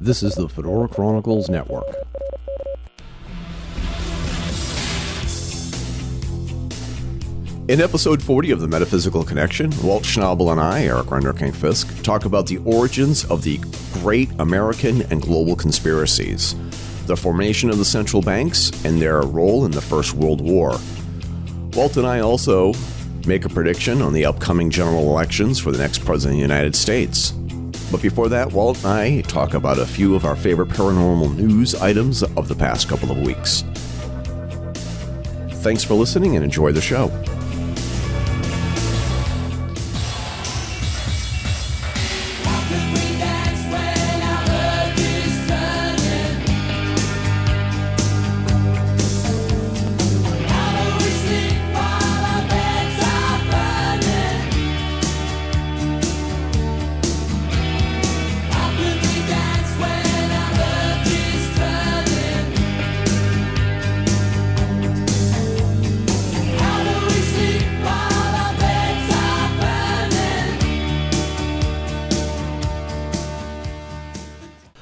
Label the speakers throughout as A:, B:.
A: This is the Fedora Chronicles Network. In episode 40 of The Metaphysical Connection, Walt Schnabel and I, Eric Render King Fisk, talk about the origins of the great American and global conspiracies, the formation of the central banks, and their role in the First World War. Walt and I also make a prediction on the upcoming general elections for the next president of the United States. But before that, Walt and I talk about a few of our favorite paranormal news items of the past couple of weeks. Thanks for listening and enjoy the show.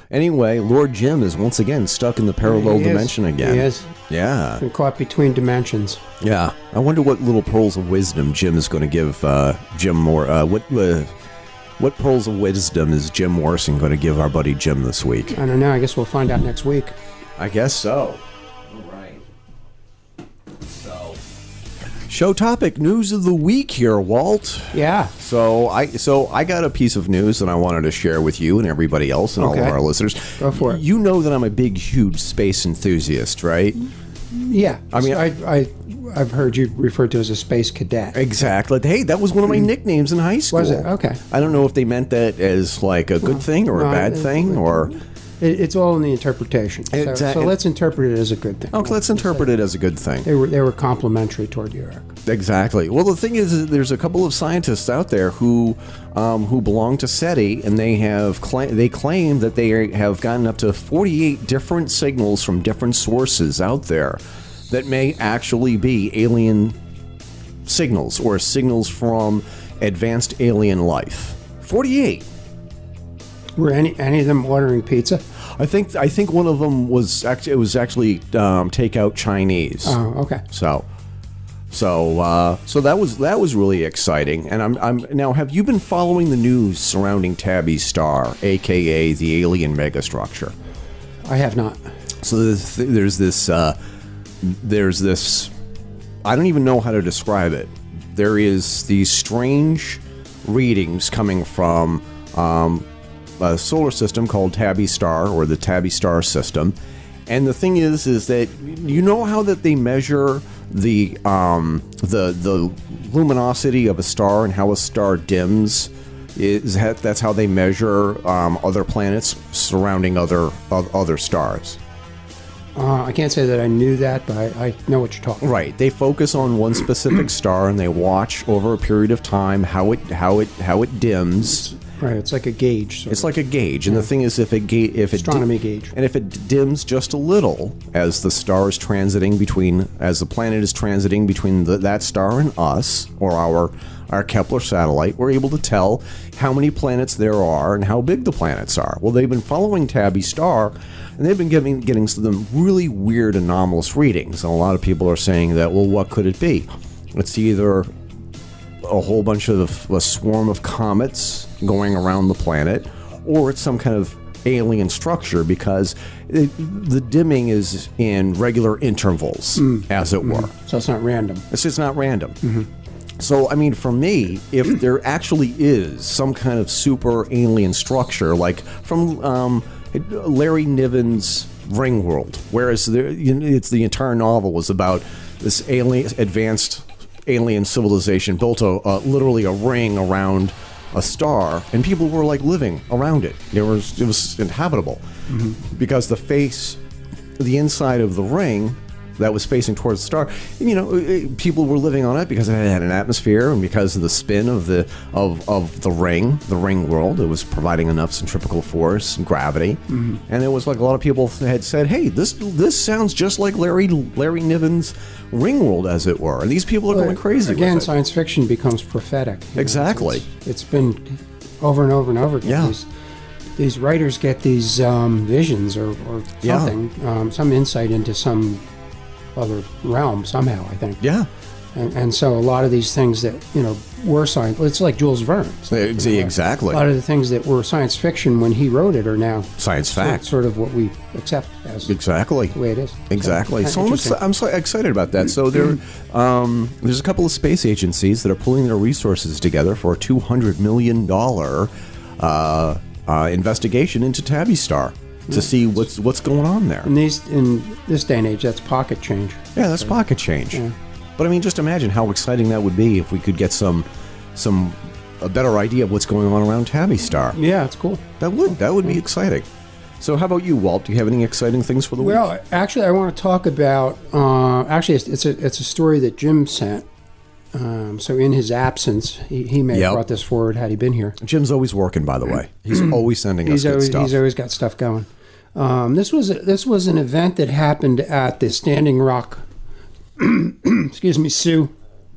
A: Anyway, Lord Jim is once again stuck in the parallel
B: He is.
A: dimension again.
B: He is.
A: Yeah.
B: Been caught between dimensions.
A: Yeah. I wonder what little pearls of wisdom Jim is going to give uh, Jim Moore. Uh, what uh, what pearls of wisdom is Jim Morrison going to give our buddy Jim this week?
B: I don't know. I guess we'll find out next week.
A: I guess so. All right. So, show topic news of the week here, Walt.
B: Yeah.
A: So I so I got a piece of news that I wanted to share with you and everybody else and all
B: Okay.
A: of our listeners.
B: Go for it.
A: You know that I'm a big, huge space enthusiast, right?
B: Yeah. I
A: mean-
B: I, I, I've heard you referred to as a space cadet.
A: Exactly. Hey, that was one of my nicknames in high school.
B: Mm-hmm. Was it? Okay.
A: I don't know if they meant that as like a good thing or a
B: no,
A: bad
B: it-
A: thing
B: it-
A: or.
B: It, it's all in the interpretation. So,
A: Exact-
B: so let's interpret it as a good thing.
A: Okay, let's interpret it as a good thing.
B: They were they were complimentary toward you, Eric.
A: Exactly. Well, the thing is, is there's a couple of scientists out there who um, who belong to SETI, and they have cla- they claim that they are, have gotten up to 48 different signals from different sources out there that may actually be alien signals or signals from advanced alien life. 48.
B: Were any any of them ordering pizza?
A: I think I think one of them was actually it was actually um, takeout Chinese.
B: Oh, okay.
A: So, so, uh, so that was that was really exciting. And I'm, I'm now. Have you been following the news surrounding Tabby Star, aka the alien megastructure?
B: I have not.
A: So there's, there's this, uh, there's this. I don't even know how to describe it. There is these strange readings coming from um, a solar system called Tabby Star or the Tabby Star system. And the thing is, is that you know how that they measure the um, the the luminosity of a star and how a star dims. Is that, that's how they measure um, other planets surrounding other oth- other stars.
B: Uh, I can't say that I knew that, but I, I know what you're talking. about.
A: Right. They focus on one specific star and they watch over a period of time how it how it how it dims.
B: Right. It's like a gauge. Sort
A: It's like a gauge, and the thing is, if it ga- if it
B: Astronomy gauge.
A: and if it dims just a little as the star is transiting between as the planet is transiting between the, that star and us or our our Kepler satellite, we're able to tell how many planets there are and how big the planets are. Well, they've been following Tabby Star, and they've been giving getting some really weird anomalous readings, and a lot of people are saying that well, what could it be? It's either a whole bunch of a swarm of comets going around the planet, or it's some kind of alien structure because it, the dimming is in regular intervals, as it were.
B: of. So it's not random.
A: It's just not random. So, I mean, for me, if there actually is some kind of super alien structure, like from um, Larry Niven's Ring World, whereas there, you know, it's the entire novel was about this alien, advanced alien civilization built a, uh, literally a ring around a star, and people were like living around it. It was it was inhabitable because the face, the inside of the ring that was facing towards the star. And, you know, eh, people were living on it because it had an atmosphere and because of the spin of the of, of the ring, the ring world. It was providing enough centripetal force and gravity, and there was like a lot of people had said, "Hey, this this sounds just like Larry Larry Niven's ring world, as it were." And these people are going crazy
B: Again,
A: with it.
B: science fiction becomes prophetic. you know,
A: Exactly.
B: it's- it's been over and over and over again.
A: Yeah.
B: These, these writers get these um, visions or, or
A: Yeah.
B: something, um, some insight into some other realm somehow, I think.
A: yeah.
B: And, and so a lot of these things that, you know, were science, it's like Jules Verne.
A: Ex-
B: A lot
A: Eh, Exactly.
B: of the things that were science fiction when he wrote it are now
A: Science
B: sort-
A: fact.
B: sort of what we accept as the
A: Exactly.
B: way it is.
A: Exactly. So um, I'm,
B: interesting.
A: exci- I'm so excited about that. So there, um, there's a couple of space agencies that are pulling their resources together for a 200 million dollar uh, uh, investigation into Tabby Star to see what's what's going on there.
B: in these in this day and age, that's pocket change.
A: Yeah, that's pocket change. But I mean, just imagine how exciting that would be if we could get some some a better idea of what's going on around Tabby Star.
B: Yeah, it's cool.
A: That would that would be exciting. So how about you, Walt? Do you have any exciting things for the week?
B: Well, actually, I want to talk about. Uh, actually, it's, it's a it's a story that Jim sent. Um, so in his absence, he, he may have
A: Yep.
B: brought this forward had he been here.
A: Jim's always working, by the way. He's always sending us
B: He's
A: good
B: always
A: stuff.
B: he's always got stuff going. Um, this was a, this was an event that happened at the Standing Rock. excuse me, Sioux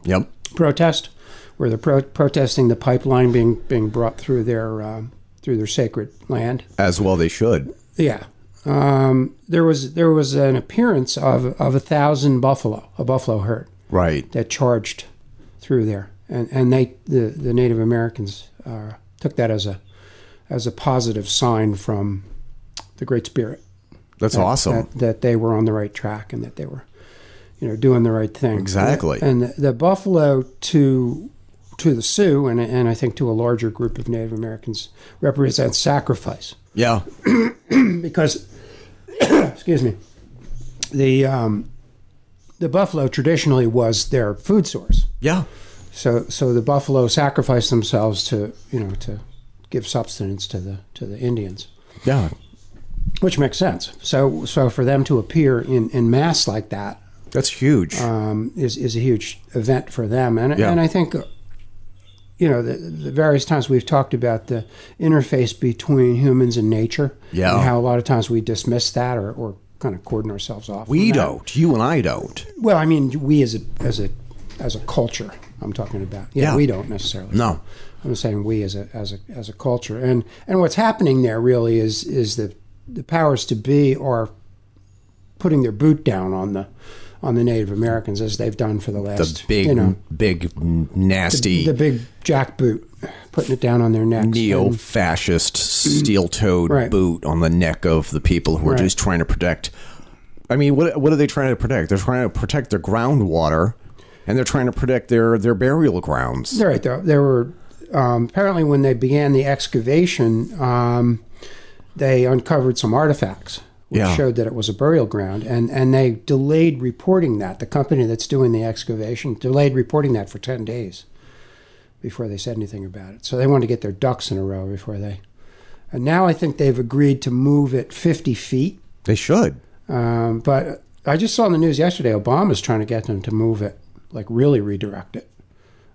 A: Yep.
B: protest, where they're pro- protesting the pipeline being being brought through their um, through their sacred land.
A: As well, they should.
B: Yeah. Um, there was there was an appearance of, of a thousand buffalo, a buffalo herd
A: Right.
B: that charged through there, and and they the, the Native Americans uh, took that as a as a positive sign from the Great Spirit
A: That's awesome.
B: that, that they were on the right track and that they were, you know, doing the right thing.
A: Exactly.
B: And the, the buffalo to to the Sioux and and I think to a larger group of Native Americans represents sacrifice
A: yeah.
B: because excuse me the um, the buffalo traditionally was their food source
A: Yeah.
B: so so the buffalo sacrificed themselves to you know to give substance to the to the indians
A: Yeah.
B: which makes sense so so for them to appear in in mass like that
A: That's huge.
B: um, is is a huge event for them, and
A: Yeah.
B: and I think you know the, the various times we've talked about the interface between humans and nature,
A: Yeah.
B: and how a lot of times we dismiss that or, or kind of cordon ourselves off.
A: we
B: from that.
A: don't. You and I don't.
B: Well, I mean, we as a as a as a culture, I'm talking about. Yeah,
A: Yeah.
B: we don't necessarily.
A: No.
B: I'm saying we as a as a as a culture, and and what's happening there really is is the the powers to be are putting their boot down on the on the Native Americans as they've done for the last
A: The big,
B: you know
A: big, n- nasty,
B: the big jackboot putting it down on their necks.
A: neo
B: And-
A: fascist, steel toed
B: Right.
A: boot on the neck of the people who are
B: Right.
A: just trying to protect. I mean, what, what are they trying to protect? They're trying to protect their groundwater and they're trying to protect their, their burial grounds.
B: They're right. There, there were um, apparently when they began the excavation, um, they uncovered some artifacts which
A: Yeah.
B: showed that it was a burial ground, and and they delayed reporting that. The company that's doing the excavation delayed reporting that for ten days before they said anything about it. So they wanted to get their ducks in a row before they. And now I think they've agreed to move it fifty feet.
A: They should.
B: Um, but I just saw in the news yesterday Obama's trying to get them to move it, like really redirect it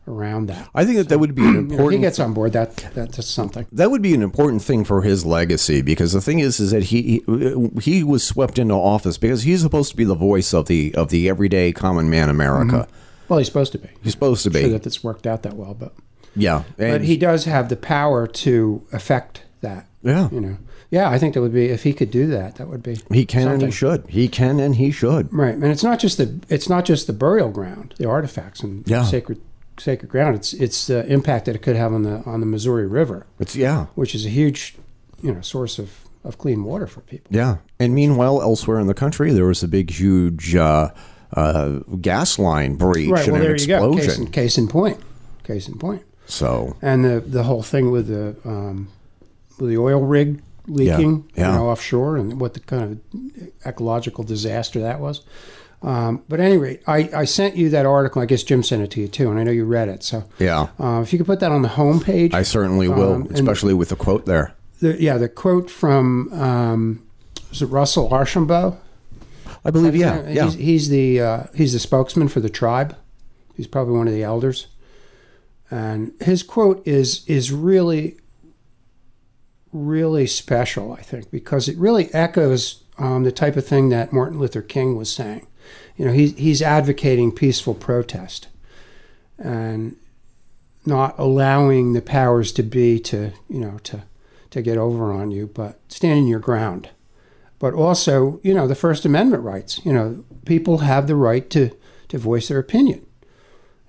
B: around that.
A: I think that that would be an
B: You know, if he
A: important
B: gets on board, that, that that's something.
A: that would be an important thing for his legacy because the thing is is that he he- he was swept into office because he's supposed to be the voice of the of the everyday common man America.
B: Mm-hmm. Well, he's supposed to be.
A: He's supposed to be.
B: Sure that it's worked out that well, but
A: yeah.
B: but
A: And
B: he does have the power to affect that.
A: yeah.
B: You know, yeah, I think that would be if he could do that, that would be
A: He can and
B: something.
A: he should. He can and he should.
B: right. And it's not just the it's not just the burial ground, the artifacts and
A: Yeah.
B: sacred sacred ground. It's it's the impact that it could have on the on the Missouri River,
A: It's yeah.
B: which is a huge you know source of of clean water for people.
A: Yeah. And meanwhile, elsewhere in the country, there was a big, huge uh, uh, gas line breach
B: Right.
A: and
B: Well,
A: an
B: there you go. Case
A: explosion.
B: in, case in point. Case in point.
A: So
B: and the the whole thing with the um, with the oil rig leaking,
A: yeah.
B: you know, offshore, and what the kind of ecological disaster that was. Um, but anyway, I, I sent you that article. I guess Jim sent it to you too, and I know you read it. So
A: yeah,
B: uh, if you could put that on the homepage,
A: I certainly will,
B: Um, and-
A: especially with the quote there.
B: the, yeah, the quote from um, is it Russell Archambault?
A: I believe, yeah,
B: Uh,
A: yeah.
B: He's, he's the uh, he's the spokesman for the tribe. He's probably one of the elders, and his quote is is really really special. I think because it really echoes um, the type of thing that Martin Luther King was saying. You know, he's he's advocating peaceful protest, and not allowing the powers to be to you know to to get over on you, but standing your ground but also, you know, the First Amendment rights. You know, people have the right to, to voice their opinion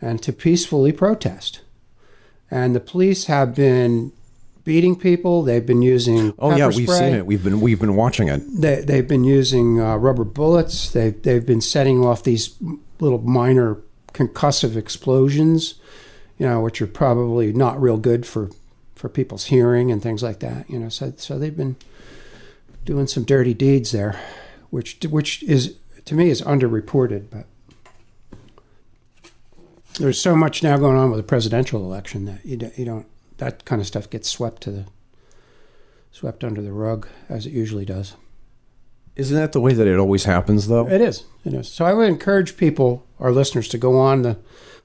B: and to peacefully protest. And the police have been beating people. They've been using
A: Oh yeah,
B: pepper
A: we've
B: spray.
A: seen it. We've been we've been watching it.
B: They, they've been using uh, rubber bullets. They've they've been setting off these little minor concussive explosions, you know, which are probably not real good for for people's hearing and things like that. You know, so so they've been doing some dirty deeds there, which which is to me is underreported, but. There's so much now going on with the presidential election that you don't, you don't that kind of stuff gets swept to the swept under the rug as it usually does.
A: Isn't that the way that it always happens though?
B: It is. It is. So I would encourage people, our listeners, to go on the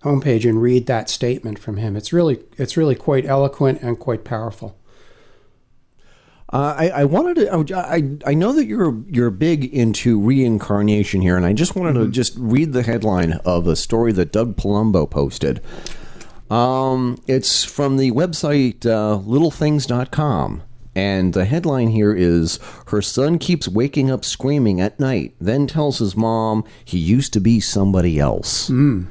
B: homepage and read that statement from him. It's really, it's really quite eloquent and quite powerful.
A: Uh, I, I wanted to. I, I know that you're you're big into reincarnation here, and I just wanted to just read the headline of a story that Doug Palumbo posted. Um, it's from the website uh, littlethings.com. And the headline here is Her son keeps waking up screaming at night, then tells his mom he used to be somebody else. And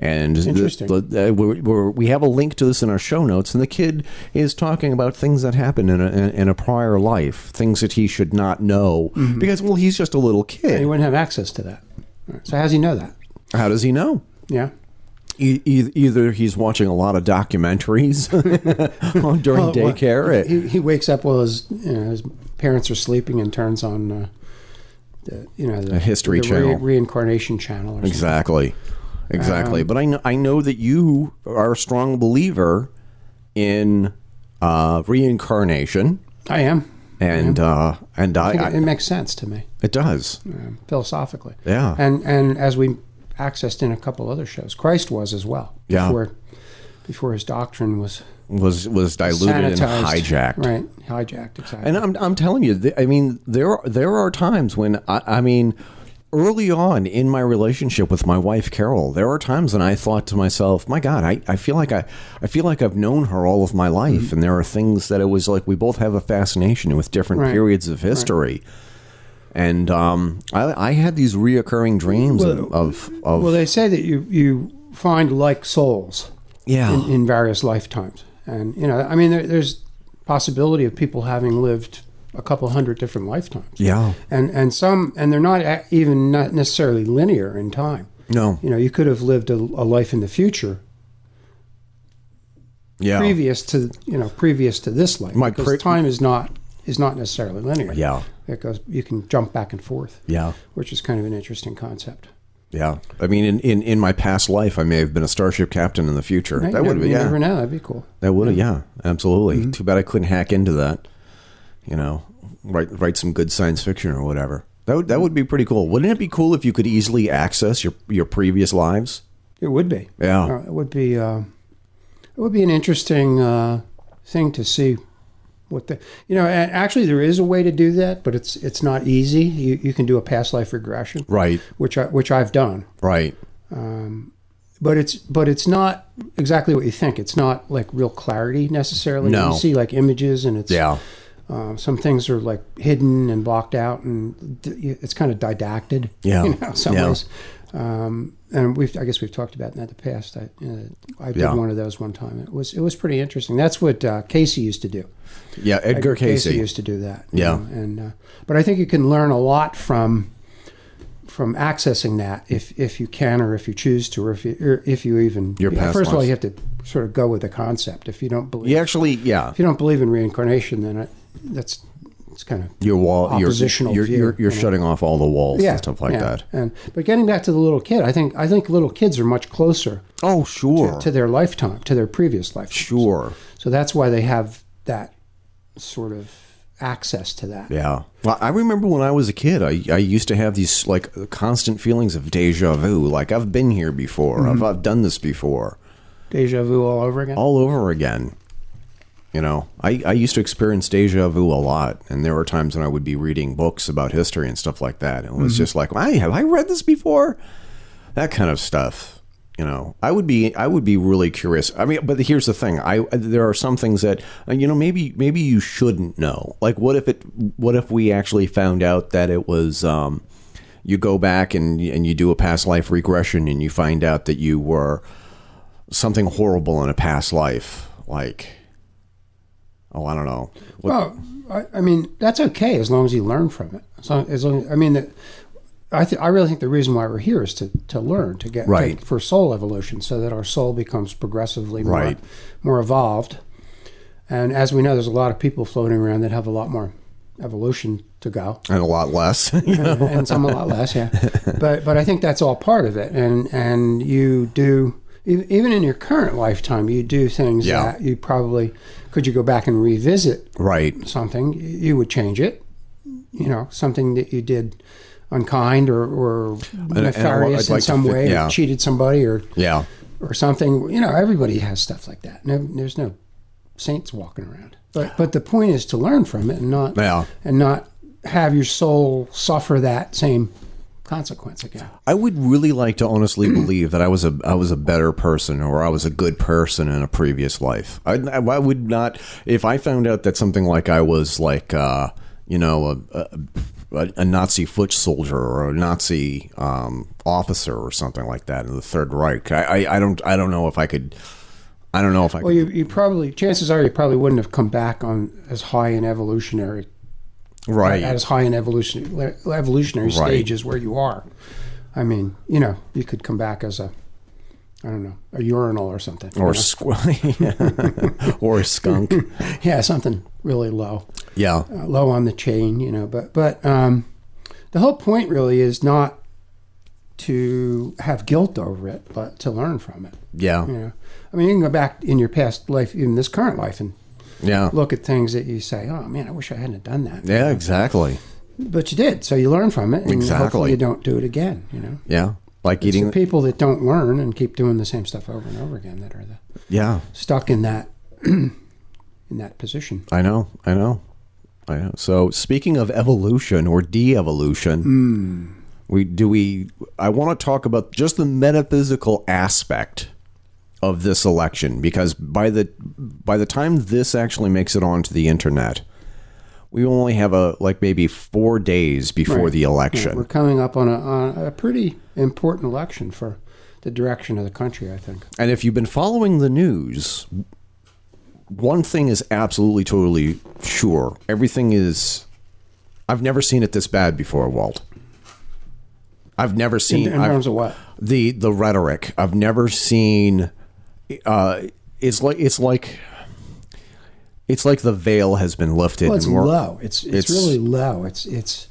A: the-
B: Interesting.
A: the- uh, we're, we're, we have a link to this in our show notes, and the kid is talking about things that happened in a, in, in a prior life, things that he should not know.
B: Mm-hmm.
A: Because, well, he's just a little
B: He
A: kid.
B: wouldn't have access to that. All right. So how does he know that?
A: How does he know?
B: Yeah.
A: E- e- either he's watching a lot of documentaries on- during
B: Oh, Well, what-
A: daycare. It-
B: He, he wakes up while his, you know, his parents are sleeping and turns on, uh, the, you know, the
A: A History
B: the
A: Channel.
B: reincarnation channel. Or something.
A: exactly, exactly.
B: Um,
A: but I know I know that you are a strong believer in uh, reincarnation,
B: I am.
A: and uh, and I,
B: I think it, it
A: I
B: makes sense to me
A: it does.
B: um, philosophically.
A: Yeah.
B: and and as we accessed in a couple other shows, Christ was as well.
A: Yeah.
B: Before, before his doctrine was
A: was was diluted and
B: sanitized.
A: hijacked.
B: Right. Hijacked. Exactly.
A: And I'm, I'm telling you, th- I mean, there there are times when I, I mean, early on in my relationship with my wife Carol, there are times when I thought to myself, "My God, I, I feel like I I feel like I've known her all of my
B: Mm-hmm.
A: life." And there are things that it was like we both have a fascination with different
B: Right.
A: periods of history. And um, I, I had these reoccurring dreams of of, of
B: well, they say that you you find like souls
A: yeah.
B: in, in various lifetimes, and you know, I mean, there, there's possibility of people having lived a couple hundred different lifetimes.
A: yeah.
B: And, and some and they're not a- even not necessarily linear in time.
A: No.
B: You know, you could have lived a, a life in the future
A: Yeah.
B: previous to you know previous to this life.
A: My
B: because
A: pre-
B: time is not is not necessarily linear.
A: Yeah.
B: it goes. You can jump back and forth.
A: Yeah.
B: which is kind of an interesting concept.
A: Yeah, I mean, in, in, in my past life, I may have been a starship captain in the future.
B: Right?
A: that
B: You
A: would be
B: never- you
A: yeah.
B: never know. That'd be cool.
A: That would have yeah, absolutely.
B: Mm-hmm.
A: Too bad I couldn't hack into that. You know, write write some good science fiction or whatever. That would that
B: Mm-hmm.
A: would be pretty cool. Wouldn't it be cool if you could easily access your your previous lives?
B: It would be.
A: Yeah.
B: Uh, it would be. Uh, it would be an interesting uh, thing to see. What the you know, and actually there is a way to do that, but it's it's not easy. You you can do a past life regression,
A: Right.
B: which I which I've done.
A: Right.
B: but it's but it's not exactly what you think. It's not like real clarity necessarily.
A: No.
B: You see like images and it's
A: Yeah.
B: uh, some things are like hidden and blocked out and d- you- it's kind of didacted.
A: Yeah.
B: you know, some
A: Yeah.
B: ways. Um, and we've I guess we've talked about that in the past. I you know, I did
A: Yeah.
B: one of those one time. It was it was pretty interesting. That's what uh, Casey used to do.
A: Yeah. Edgar, Casey.
B: used to do that. you
A: Yeah.
B: know, and uh, but I think you can learn a lot from from accessing that if if you can or if you choose to or if you or if you even
A: Your past
B: first of all
A: lives.
B: you have to sort of go with the concept. If you don't believe
A: You actually yeah.
B: if you don't believe in reincarnation, then it, that's it's kind of
A: Your wall. Your
B: Oppositional
A: You're
B: view,
A: you're, you're
B: you know.
A: shutting off all the walls
B: yeah
A: and stuff like
B: yeah.
A: that.
B: And but getting back to the little kid, I think I think little kids are much closer
A: Oh sure.
B: to their lifetime to their previous lifetime.
A: sure.
B: So that's why they have that sort of access to that.
A: Yeah. Well, I remember when I was a kid, I, I used to have these like constant feelings of deja vu. Like I've been here before. I've, I've done this before
B: Deja vu all over again.
A: all over again. You know, I, I used to experience deja vu a lot. And there were times when I would be reading books about history and stuff like that. And it was just like, I have I read this before? That kind of stuff. You know, I would be I would be really curious. I mean, but here's the thing: I there are some things that uh, you know maybe maybe you shouldn't know. Like, what if it? What if we actually found out that it was um, you go back and and you do a past life regression and you find out that you were something horrible in a past life, like oh, I don't know. What,
B: Well, I, I mean that's okay as long as you learn from it. As long as, long, I mean, the, I th- I really think the reason why we're here is to, to learn to get
A: Right.
B: to- for soul evolution, so that our soul becomes progressively more
A: Right.
B: more evolved. And as we know, there's a lot of people floating around that have a lot more evolution to go,
A: and a lot less.
B: and, and some a lot less. Yeah, but but I think that's all part of it. And and you do e- even in your current lifetime, you do things
A: Yeah.
B: that you probably could you go back and revisit
A: right.
B: something, you would change it. You know, something that you did unkind or, or nefarious
A: I'd like to
B: in some
A: fi-
B: way,
A: yeah.
B: or cheated somebody, or
A: Yeah.
B: or something. You know, everybody has stuff like that. No, there's no saints walking around. But but the point is to learn from it and not
A: Yeah.
B: and not have your soul suffer that same consequence again.
A: I would really like to honestly believe that I was a I was a better person or I was a good person in a previous life. I, I would not if I found out that something like I was like uh, you know a, a, a Nazi foot soldier or a Nazi um, officer or something like that in the Third Reich. I, I, I don't I don't know if I could. I don't know if I.
B: Well,
A: Could,
B: you, you probably chances are you probably wouldn't have come back on as high an evolutionary
A: right.
B: at as high an evolutionary evolutionary
A: Right.
B: stage as where you are. I mean, you know, you could come back as a, I don't know, a urinal or something, you
A: or
B: know?
A: squ- or a skunk.
B: yeah, something really low,
A: Yeah,
B: uh, low on the chain, you know. But but um, the whole point really is not to have guilt over it, but to learn from it. You
A: yeah,
B: know, I mean, you can go back in your past life, even this current life, and
A: yeah,
B: look at things that you say, oh man, I wish I hadn't have done that.
A: yeah. Exactly.
B: But you did, so you learn from it, and
A: Exactly.
B: hopefully you don't do it again. You know.
A: Yeah, like
B: It's the
A: eating.
B: people that don't learn and keep doing the same stuff over and over again that are the,
A: Yeah,
B: stuck in that in that position.
A: I know, I know, I know. So speaking of evolution or de-evolution, we do we. I want to talk about just the metaphysical aspect of this election because by the by the time this actually makes it onto the internet. We only have a like maybe four days before
B: Right.
A: the election.
B: We're coming up on a, on a pretty important election for the direction of the country. I think
A: And if you've been following the news, one thing is absolutely totally sure. Everything is I've never seen it this bad before, Walt. I've never
B: in,
A: seen
B: in
A: I've-
B: terms of what
A: the the rhetoric. I've never seen uh it's like it's like it's like the veil has been lifted
B: well, it's
A: and we're-
B: low. It's,
A: it's-
B: it's really low. It's it's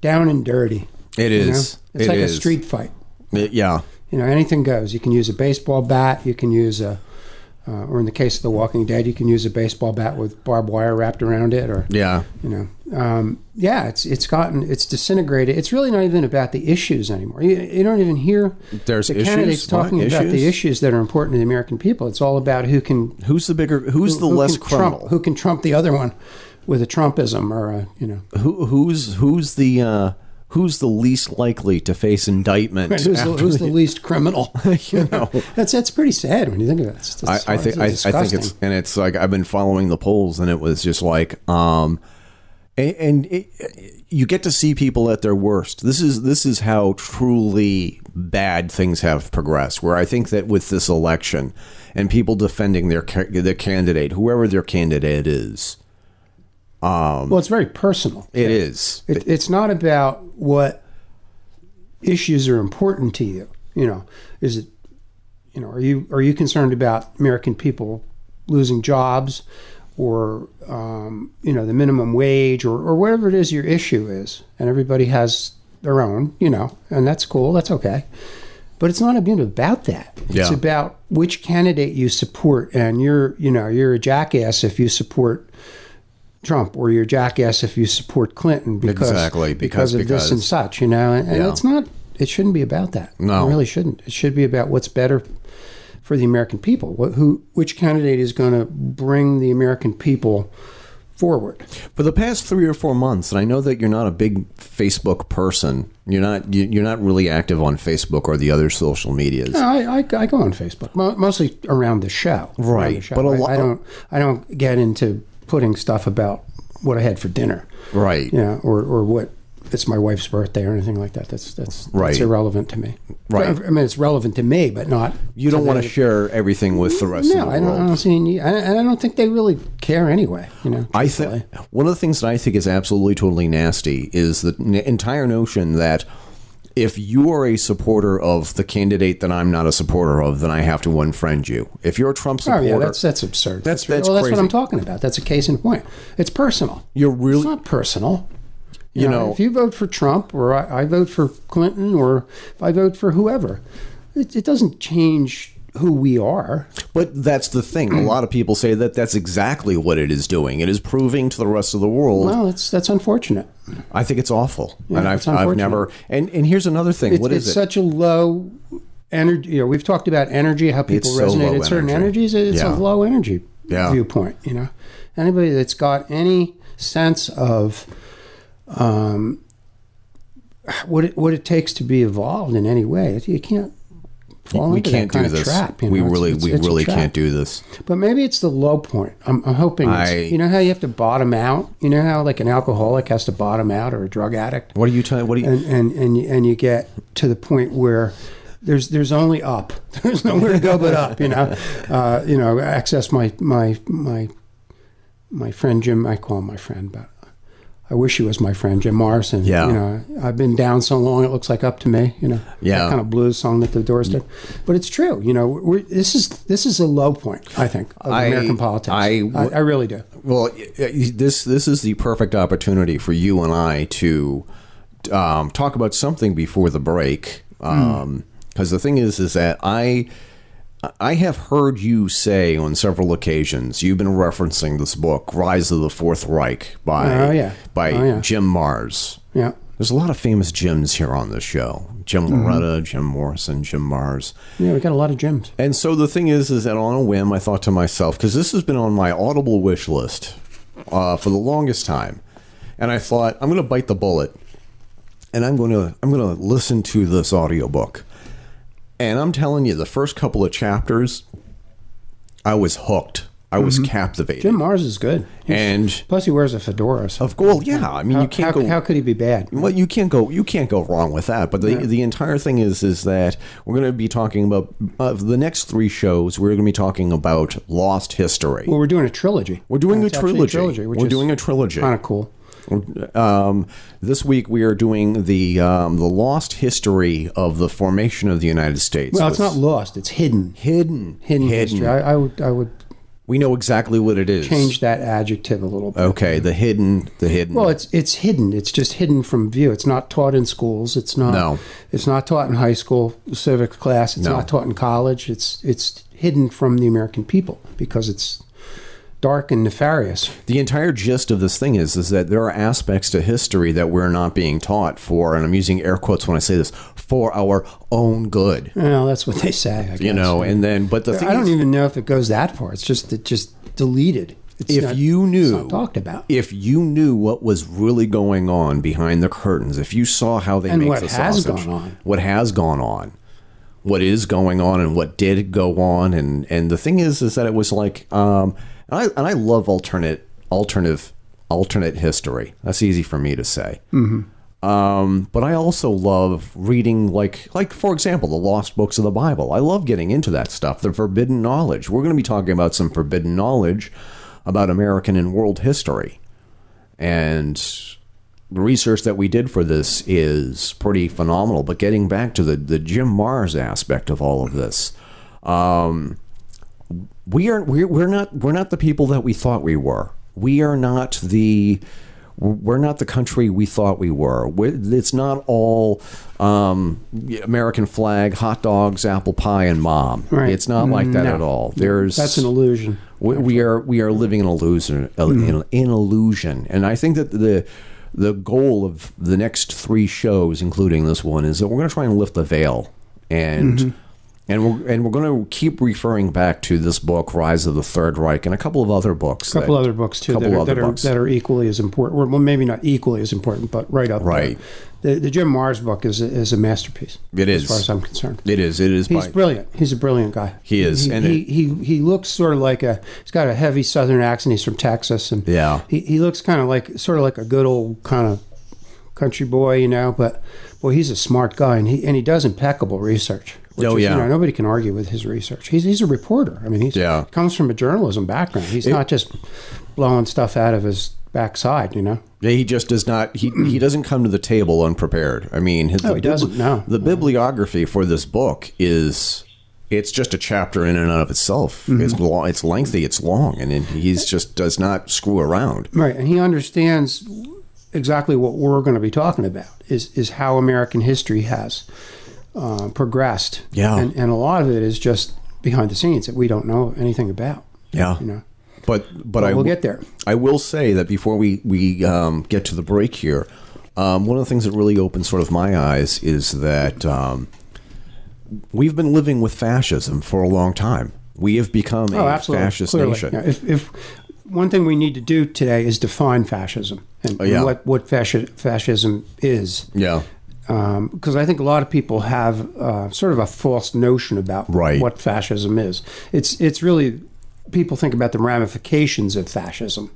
B: down and dirty.
A: It
B: you know?
A: is.
B: It's
A: It
B: like
A: is.
B: a street fight.
A: yeah.
B: You know, anything goes. You can use a baseball bat. You can use a, uh, or in the case of The Walking Dead, you can use a baseball bat with barbed wire wrapped around it, or
A: Yeah.
B: you know um, yeah it's it's gotten it's disintegrated it's really not even about the issues anymore you, you don't even hear
A: There's
B: the
A: issues?
B: candidates
A: What?
B: talking about the
A: Issues?
B: issues that are important to the american people it's all about who can
A: Who's the bigger who's the
B: who
A: less
B: can trump
A: criminal?
B: who can trump the other one with a trumpism or a you know
A: who who's who's the uh, who's the least likely to face indictment?
B: who's, the,
A: after
B: who's the least criminal
A: you know.
B: that's that's pretty sad when you think of it It's-
A: I,
B: it's-
A: I think I,
B: it's
A: I think it's
B: disgusting.
A: and it's like I've been following the polls and it was just like um and, and it, you get to see people at their worst. This is this is how truly bad things have progressed. Where I think that with this election and people defending their ca- their candidate, whoever their candidate is,
B: well it's very personal
A: it is.
B: It, it's not about what issues are important to you. You know, is it? You know, are you are you concerned about American people losing jobs, or um, you know the minimum wage, or or whatever it is your issue is? And everybody has their own, you know, and that's cool. That's okay. But it's not even about that. It's
A: Yeah.
B: about which candidate you support, and you're you know you're a jackass if you support Trump or you're jackass if you support Clinton because
A: Exactly, because-
B: because, of this and
A: because-
B: such, you know. And, and
A: Yeah.
B: it's not it shouldn't be about that.
A: No.
B: It really shouldn't. It should be about what's better for the American people. What who which candidate is going to bring the American people forward?
A: For the past three or four months, and I know that you're not a big Facebook person. You're not. you- You're not really active on Facebook or the other social medias.
B: No, I, I, I go on Facebook mo- mostly around the show. around
A: Right,
B: the show.
A: but a
B: I-
A: lo-
B: I don't I don't get into putting stuff about what I had for dinner.
A: Right.
B: you know, or, or what it's my wife's birthday or anything like that. That's that's
A: Right.
B: That's irrelevant to me.
A: Right.
B: I mean, it's relevant to me, but not.
A: You don't want to share everything with the rest of
B: No,
A: the
B: I don't,
A: world.
B: I don't see any. I, and I don't think they really care anyway. You know.
A: I think one of the things that I think is absolutely totally nasty is the n- entire notion that if you are a supporter of the candidate that I'm not a supporter of, then I have to unfriend you. If you're a Trump
B: Oh
A: supporter,
B: yeah, that's that's absurd.
A: That's-
B: re-
A: that's
B: well, that's
A: crazy.
B: what I'm talking about. That's a case in point. It's personal.
A: you're
B: It's
A: really
B: not personal.
A: You know-
B: if you vote for Trump or I, I vote for Clinton or if I vote for whoever, it, it doesn't change who we are.
A: But that's the thing. A lot of people say that that's exactly what it is doing. It is proving to the rest of the world.
B: Well, it's that's unfortunate.
A: I think it's awful, and I've,
B: it's
A: I've
B: unfortunate.
A: never. And and here's another thing.
B: it's,
A: what is
B: it's
A: it?
B: such a low energy. You know, we've talked about energy, how people
A: It's so
B: resonate
A: low
B: at certain
A: energy.
B: energies. It's
A: Yeah.
B: a low energy
A: Yeah.
B: viewpoint. You know, anybody that's got any sense of um, what it, what it takes to be evolved in any way, you can't. Fall
A: we
B: into
A: can't
B: that
A: do
B: kind
A: this.
B: Of trap, you
A: we
B: know? It's-
A: really,
B: it's-
A: we
B: it's a
A: really
B: trap.
A: can't do this.
B: But maybe it's the low point. I'm, I'm hoping. it's-
A: I-
B: you know how you have to bottom out. You know how like an alcoholic has to bottom out or a drug addict
A: What are you telling? What are you?
B: and and and you, and you get to the point where there's there's only up. There's nowhere to go but up. You know, uh, you know. Access my my my my friend Jim. I call him my friend, but I wish he was my friend Jim Morrison.
A: Yeah.
B: You know, I've been down so long. It looks like up to me. You know.
A: Yeah.
B: That kind of blues song that the Doors did, but it's true. You know, we're, this is this is a low point. I think of
A: I-
B: American politics.
A: I-
B: I, I really do.
A: well, y- y- this this is the perfect opportunity for you and I to um, talk about something before the break.
B: Hmm.
A: Because the thing is, is that I I have heard you say on several occasions you've been referencing this book, Rise of the Fourth Reich, by
B: Oh, yeah.
A: by
B: Oh, yeah.
A: Jim Mars.
B: Yeah.
A: There's a lot of famous Jims here on the show: Jim
B: Mm-hmm.
A: Loretta, Jim Morrison, Jim Mars.
B: Yeah. We got a lot of gyms.
A: And so the thing is, is that on a whim, I thought to myself, because this has been on my Audible wish list uh, for the longest time, and I thought I'm going to bite the bullet, and I'm going to I'm going to listen to this audiobook. And I'm telling you, the first couple of chapters, I was hooked. I was captivated.
B: Mm-hmm. Jim Mars is good. He's-
A: and
B: Plus, he wears a fedora. So
A: of course, yeah. I mean,
B: how,
A: you can't
B: how,
A: go.
B: how could he be bad?
A: Well, you can't go. You can't go wrong with that. But the the entire thing is is that we're going to be talking about uh, the next three shows. We're going to be talking about lost history.
B: Well, we're doing a trilogy.
A: We're doing a
B: It's actually
A: trilogy.
B: which
A: we're
B: is
A: doing a trilogy.
B: kind of cool.
A: Um, this week we are doing the um, the lost history of the formation of the United States.
B: Well, it's
A: with-
B: not lost; it's hidden.
A: hidden.
B: Hidden, history. I, I would, I would
A: We know exactly what it is.
B: change that adjective a little bit.
A: Okay, the hidden. The hidden.
B: Well, it's it's hidden. It's just hidden from view. It's not taught in schools. It's not.
A: No.
B: It's not taught in high school civics class. It's
A: No.
B: not taught in college. It's it's hidden from the American people because it's dark and nefarious.
A: The entire gist of this thing is is that there are aspects to history that we're not being taught for, and I'm using air quotes when I say this, for our own good.
B: Well, that's what they say. I
A: You
B: guess.
A: know, and then but the thing
B: I don't
A: is,
B: even know if it goes that far. It's just it just deleted. It's
A: if
B: not-
A: you
B: it's
A: knew
B: not talked about.
A: if you knew what was really going on behind the curtains, if you saw how they
B: And
A: make
B: what
A: the
B: has
A: sausage,
B: gone on.
A: what has gone on, what is going on, and what did go on, and and the thing is, is that it was like, um, and I and I love alternate alternative alternate history. That's easy for me to say.
B: Mm-hmm.
A: Um, but I also love reading, like, like for example, the lost books of the Bible. I love getting into that stuff, the forbidden knowledge. We're going to be talking about some forbidden knowledge about American and world history, and the research that we did for this is pretty phenomenal. But getting back to the the Jim Mars aspect of all of this, um, we are we're, we're not we're not the people that we thought we were. We are not the we're not the country we thought we were. We're, it's not all um, American flag, hot dogs, apple pie, and mom.
B: Right.
A: It's not like that at all. There's
B: That's an illusion.
A: We, we are we are living an illusion, a-
B: Mm-hmm.
A: an, an illusion, and I think that the the goal of the next three shows, including this one, is that we're going to try and lift the veil, and
B: Mm-hmm.
A: and we're and we're going to keep referring back to this book, Rise of the Third Reich, and a couple of other books.
B: A couple
A: that-
B: other books too that
A: couple
B: are,
A: other
B: that, are,
A: books.
B: that are equally as important. Well, maybe not equally as important, but right up there.
A: Right.
B: The, the Jim Mars book is a, is a masterpiece.
A: It
B: as
A: is.
B: far as I'm concerned.
A: It is. It is.
B: He's
A: by-
B: brilliant. He's a brilliant guy.
A: He is,
B: He,
A: and
B: he, he he looks sort of like a. He's got a heavy Southern accent. He's from Texas, and
A: Yeah.
B: he, he looks kind of like sort of like a good old kind of country boy, you know. But boy, he's a smart guy, and he and he does impeccable research. which
A: Oh,
B: is,
A: yeah.
B: you know, nobody can argue with his research. He's he's a reporter. I mean, he's
A: Yeah.
B: comes from a journalism background. He's not just blowing stuff out of his backside, you know.
A: Yeah, he just does not. He he doesn't come to the table unprepared. I mean, his,
B: he doesn't, no.
A: the bibliography for this book is it's just a chapter in and of itself.
B: Mm-hmm.
A: It's long, it's lengthy, it's long, and then he's just does not screw around.
B: Right, and he understands exactly what we're going to be talking about is is how American history has uh, progressed.
A: Yeah.
B: and, and a lot of it is just behind the scenes that we don't know anything about.
A: Yeah,
B: You know,
A: but but I
B: we'll
A: w-
B: get there.
A: I will say that before we we um, get to the break here, um, one of the things that really opened sort of my eyes is that um, we've been living with fascism for a long time. We have become
B: Oh,
A: a
B: absolutely,
A: fascist
B: clearly.
A: nation.
B: Yeah, if, if one thing we need to do today is define fascism and,
A: Oh, yeah.
B: and what what fasci- fascism is.
A: yeah.
B: because Um, I think a lot of people have uh, sort of a false notion about
A: Right.
B: what fascism is. It's it's really people think about the ramifications of fascism,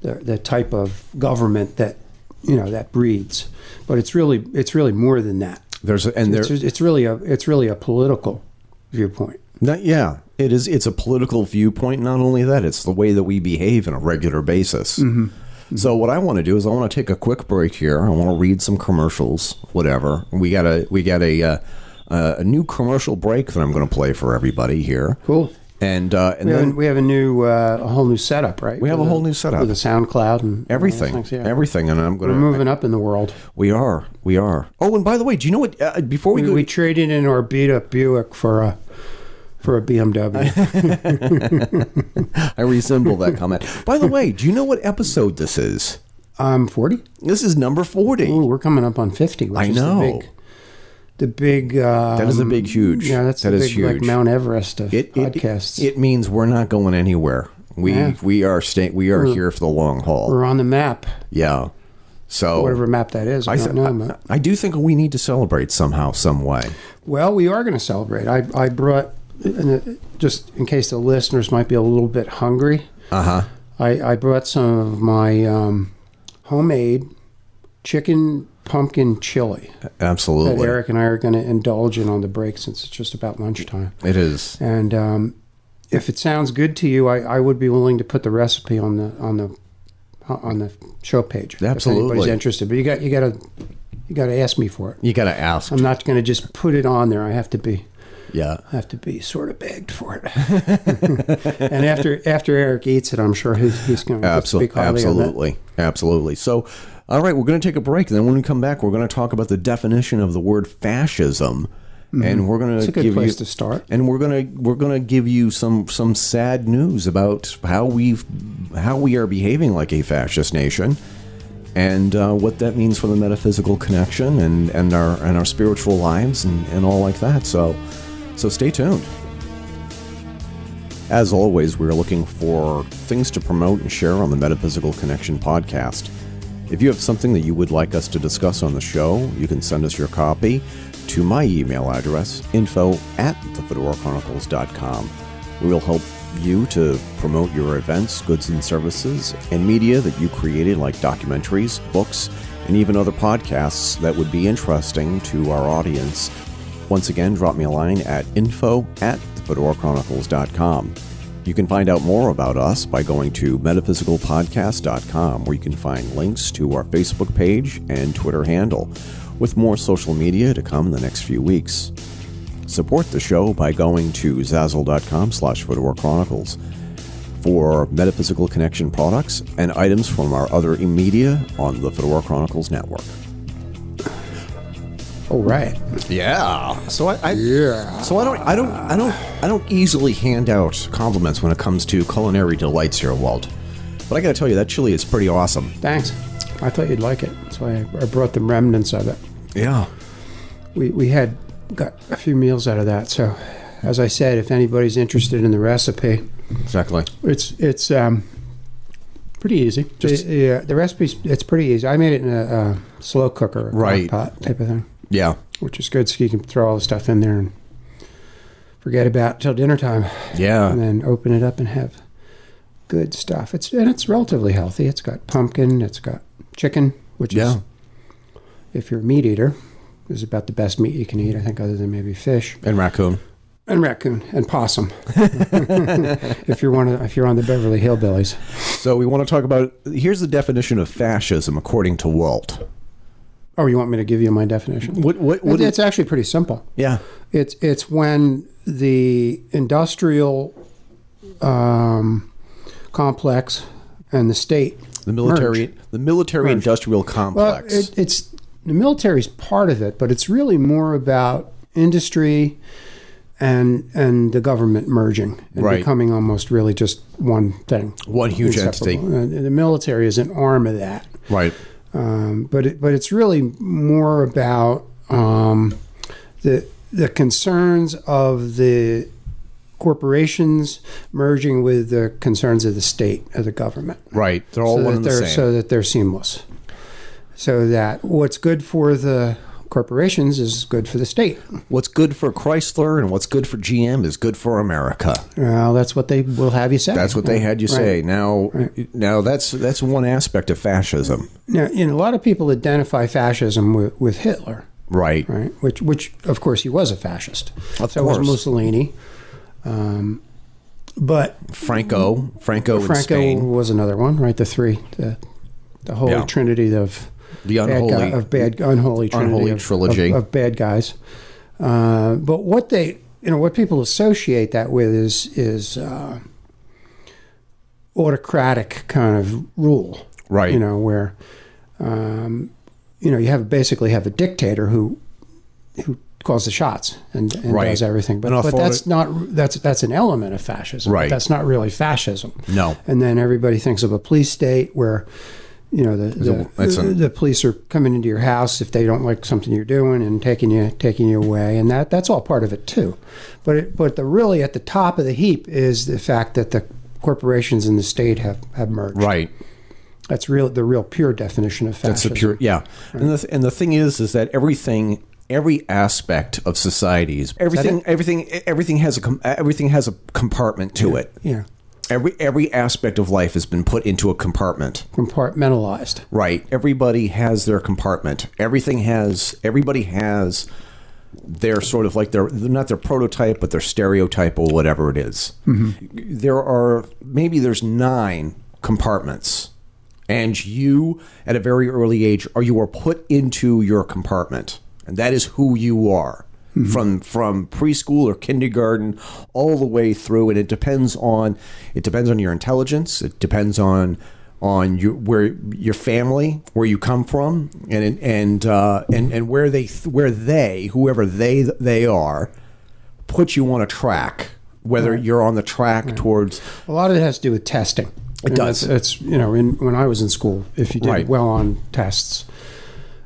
B: the the type of government that you know that breeds, but it's really it's really more than that.
A: There's a, and there,
B: It's, it's really a it's really a political viewpoint.
A: That, yeah, it is. It's a political viewpoint. Not only that, it's the way that we behave on a regular basis.
B: Mm-hmm.
A: So what I want to do is I want to take a quick break here. I want to read some commercials, whatever. We got a we got a uh, uh, a new commercial break that I'm going to play for everybody here.
B: Cool.
A: And uh, and
B: We have,
A: then
B: we have a new uh, a whole new setup, right?
A: we have a whole new setup,
B: with a SoundCloud and all those
A: everything,
B: things, yeah.
A: everything. And I'm going
B: We're
A: to
B: moving up in the world.
A: we are we are. Oh, and by the way, do you know what? Uh, before we,
B: We,
A: go,
B: we traded in our beat up Buick for a for a BMW.
A: I resemble that comment. By the way, do you know what episode this is?
B: I'm Um, forty.
A: This is number forty.
B: Ooh, we're coming up on 50, which
A: I
B: is
A: know.
B: the big, the big, uh,
A: That is a big, huge.
B: yeah, that's
A: That
B: the
A: is
B: big, like
A: huge.
B: Mount Everest of
A: it, it,
B: podcasts.
A: it means we're not going anywhere. We
B: Yeah.
A: we are staying. We are here for the long haul.
B: we're on the map,
A: Yeah. So
B: whatever map that is. I,
A: Oh. I,
B: don't
A: th-
B: know.
A: I,
B: man.
A: I do think we need to celebrate somehow, some way.
B: well, we are going to celebrate. I, I brought, and it- just in case the listeners might be a little bit hungry,
A: Uh huh.
B: I, I brought some of my um, homemade chicken pumpkin chili that
A: Absolutely.
B: Eric and I are going to indulge in on the break since it's just about lunchtime.
A: It is.
B: And um, if it sounds good to you, I, I would be willing to put the recipe on the on the on the show page. If anybody's
A: Absolutely.
B: interested, but you got you got to you got to ask me for it.
A: You got to ask.
B: I'm not going to just put it on there. I have to be
A: yeah.
B: I have to be sort of begged for it. and after after Eric eats it, I'm sure he's, he's going to
A: Absolutely.
B: speak highly of it.
A: Absolutely. Absolutely. So, all right, we're going to take a break. And then when we come back, we're going to talk about the definition of the word fascism. And we're going to
B: Mm-hmm. It's a good
A: give
B: place
A: you,
B: to start.
A: and we're gonna we're gonna give you some some sad news about how we how we are behaving like a fascist nation, and uh, what that means for the metaphysical connection and and our and our spiritual lives and, and all like that. So, so stay tuned. As always, we're looking for things to promote and share on the Metaphysical Connection podcast. If you have something that you would like us to discuss on the show, you can send us your copy to my email address, info at thefedorachronicles.com. We will help you to promote your events, goods and services, and media that you created, like documentaries, books, and even other podcasts that would be interesting to our audience. Once again, drop me a line at info at thefedorachronicles.com. You can find out more about us by going to metaphysicalpodcast.com, where you can find links to our Facebook page and Twitter handle, with more social media to come in the next few weeks. Support the show by going to zazzle.com slash Fedora Chronicles for metaphysical connection products and items from our other media on the Fedora Chronicles network.
B: Oh, right.
A: Yeah. So I, I
B: Yeah.
A: So I don't I don't I don't I don't easily hand out compliments when it comes to culinary delights here, Walt. But I got to tell you that chili is pretty awesome.
B: Thanks. I thought you'd like it. That's why I- I brought the remnants of it.
A: Yeah.
B: we, we had got a few meals out of that. So, as I said, if anybody's interested in the recipe,
A: Exactly.
B: it's it's um, pretty easy. Just the, yeah, the recipe's it's pretty easy. I made it in a, a slow cooker, a crock
A: Right.
B: pot type of thing,
A: Yeah.
B: which is good. So you can throw all the stuff in there and forget about it till dinner time, and
A: Yeah.
B: then open it up and have good stuff. It's and it's relatively healthy. It's got pumpkin. It's got chicken, which is
A: Yeah.
B: if you're a meat eater. Is about the best meat you can eat, I think, other than maybe fish.
A: And raccoon.
B: and raccoon and possum. if you're one of, if you're on the Beverly Hillbillies,
A: So we want to talk about here's the definition of fascism according to Walt.
B: oh, you want me to give you my definition?
A: What what what
B: It-
A: is,
B: it's actually pretty simple.
A: Yeah.
B: It's it's when the industrial um, complex and the state
A: The military
B: merge.
A: the military industrial
B: Well,
A: complex.
B: it, it's the military's part of it, but it's really more about industry and and the government merging and
A: Right.
B: becoming almost really just one thing,
A: One huge
B: Inseparable.
A: entity.
B: And- and the military is an arm of that.
A: right.
B: um, but it, but it's really more about um, the the concerns of the corporations merging with the concerns of the state of the government,
A: Right. They're all
B: so
A: one
B: that
A: and the
B: they're
A: same.
B: so that they're seamless, so that what's good for the corporations is good for the state.
A: what's good for Chrysler and what's good for GM is good for America.
B: Well, that's what they will have you say.
A: That's what they had you
B: Right.
A: say. Now, now that's that's one aspect of fascism,
B: Now, you know, a lot of people identify fascism with, with Hitler.
A: right?
B: right? Which, which of course, he was a fascist.
A: Of
B: so
A: course.
B: was Mussolini. Um, but
A: Franco, Franco, in
B: Franco
A: Spain,
B: was another one, right? The three, the, the holy
A: Yeah.
B: trinity of
A: the
B: bad guy,
A: unholy.
B: of bad unholy trinity
A: Unholy
B: of,
A: trilogy.
B: of, of bad guys. Uh, but what they, you know, what people associate that with is is uh, autocratic kind of rule,
A: Right.
B: You know, where um, you know you have basically have a dictator who who calls the shots and, and
A: Right.
B: does everything, but,
A: An
B: but
A: authori-
B: that's not that's that's an element of fascism. but
A: Right.
B: that's not really fascism.
A: No.
B: And then everybody thinks of a police state where, you know, the the,
A: that's a-
B: the, police are coming into your house if they don't like something you're doing and taking you taking you away, and that that's all part of it too. But it, but the really at the top of the heap is the fact that the corporations and the state have have merged.
A: right.
B: That's real the real pure definition of fascism.
A: That's a pure, yeah. And the th- and the thing is, is that everything, every aspect of society is everything, everything, everything has a com- everything has a compartment to it.
B: yeah
A: Every every aspect of life has been put into a compartment.
B: compartmentalized.
A: Right. Everybody has their compartment. Everything has. Everybody has their sort of like their not their prototype, but their stereotype or whatever it is. There are maybe there's nine compartments, and you at a very early age are you are put into your compartment, and that is who you are. From from preschool or kindergarten all the way through, and it depends on it depends on your intelligence. It depends on on your where your family, where you come from, and and uh, and and where they where they whoever they they are put you on a track, whether you're on the track towards
B: A lot of it has to do with testing. It
A: does.
B: It's, it's, you know, in, when I was in school, if you did
A: Right.
B: well on tests,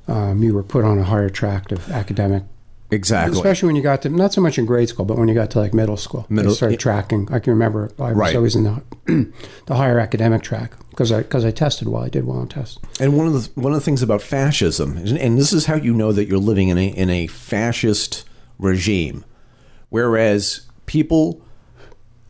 B: um, you were put on a higher tract of academic.
A: exactly
B: Especially when you got to not so much in grade school, but when you got to like middle school, middle,
A: Middle-
B: they started tracking. I can remember I was
A: Right.
B: always in the the higher academic track because I because I tested well. I did well on tests.
A: And one of the one of the things about fascism, and, and this is how you know that you're living in a in a fascist regime, whereas people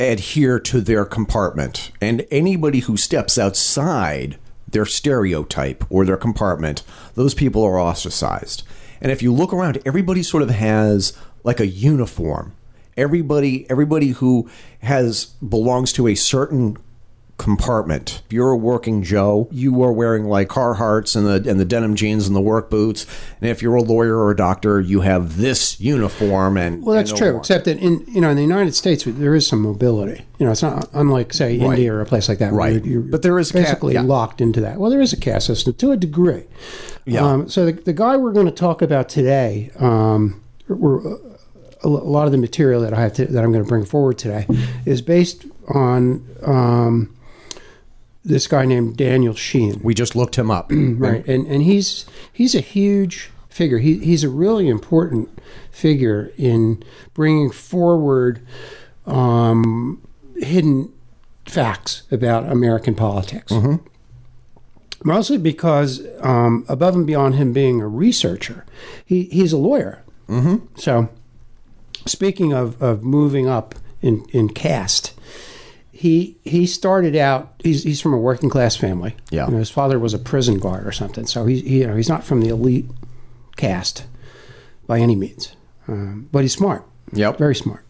A: adhere to their compartment, and anybody who steps outside their stereotype or their compartment, those people are ostracized. And if you look around, everybody sort of has like a uniform. Everybody, everybody who has belongs to a certain compartment. If you're a working Joe, you are wearing like Carhartts and the and the denim jeans and the work boots. And if you're a lawyer or a doctor, you have this uniform and
B: Well, that's
A: and
B: true,
A: overall.
B: except that in you know in the United States there is some mobility. You know, it's not unlike say India or a place like that. where
A: Right.
B: you're,
A: But there is a caste-
B: basically
A: yeah.
B: locked into that. Well, there is a caste system to a degree.
A: Yeah.
B: Um, so the, the guy we're going to talk about today, um, we're, a a lot of the material that I have to, that I'm going to bring forward today is based on um, this guy named Daniel Sheehan
A: We just looked him up.
B: right and and he's he's a huge figure he, he's a really important figure in bringing forward um, hidden facts about american politics mostly because um, above and beyond him being a researcher he, he's a lawyer mm-hmm. so speaking of, of moving up in, in caste he he started out he's, he's from a working class family
A: Yeah.
B: You know, his father was a prison guard or something so he's he, you know he's not from the elite caste by any means um, but he's smart
A: Yep.
B: very smart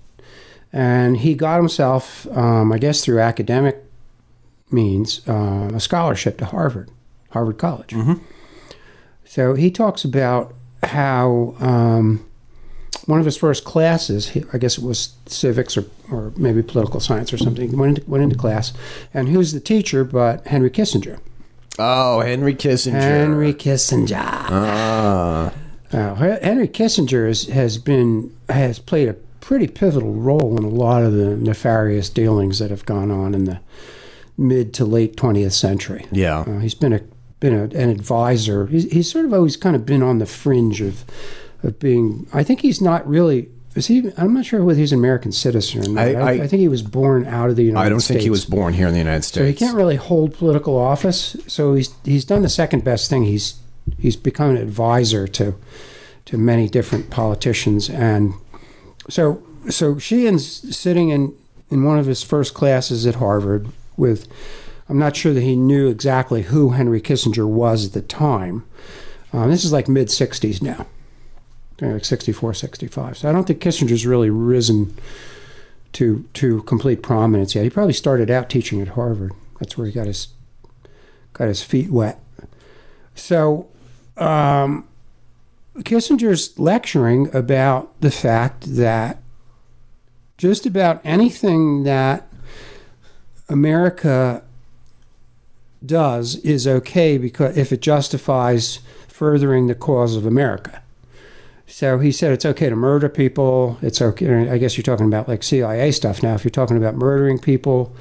B: and he got himself um, i guess through academic means uh, a scholarship to harvard harvard college so he talks about how um, one of his first classes, he- I guess it was civics or, or maybe political science or something, he went into, went into class. And who's the teacher but Henry Kissinger?
A: Oh, Henry Kissinger.
B: Henry Kissinger.
A: Ah.
B: Now, He- Uh, Henry Kissinger is, has been has played a pretty pivotal role in a lot of the nefarious dealings that have gone on in the mid to late 20th century.
A: Yeah.
B: Uh, he's been a been a, an advisor. He's, he's sort of always kind of been on the fringe of of being. I think he's not really. Is he? I'm not sure whether he's an American citizen or not.
A: I-
B: I,
A: I-
B: I think he was born out of the United States.
A: I don't think he was born here in the United States.
B: So he can't really hold political office. So he's he's done the second best thing. He's he's become an advisor to to many different politicians, and so so Sheehan's sitting in in one of his first classes at Harvard with. I'm not sure that he knew exactly who Henry Kissinger was at the time. Um, this is like mid 60s now, you know, like 64, 65. So I don't think Kissinger's really risen to to complete prominence yet. He probably started out teaching at Harvard. That's where he got his got his feet wet. So um, Kissinger's lecturing about the fact that just about anything that America does is okay because if it justifies furthering the cause of America. So he said it's okay to murder people. It's okay. I guess you're talking about like CIA stuff now. If you're talking about murdering people,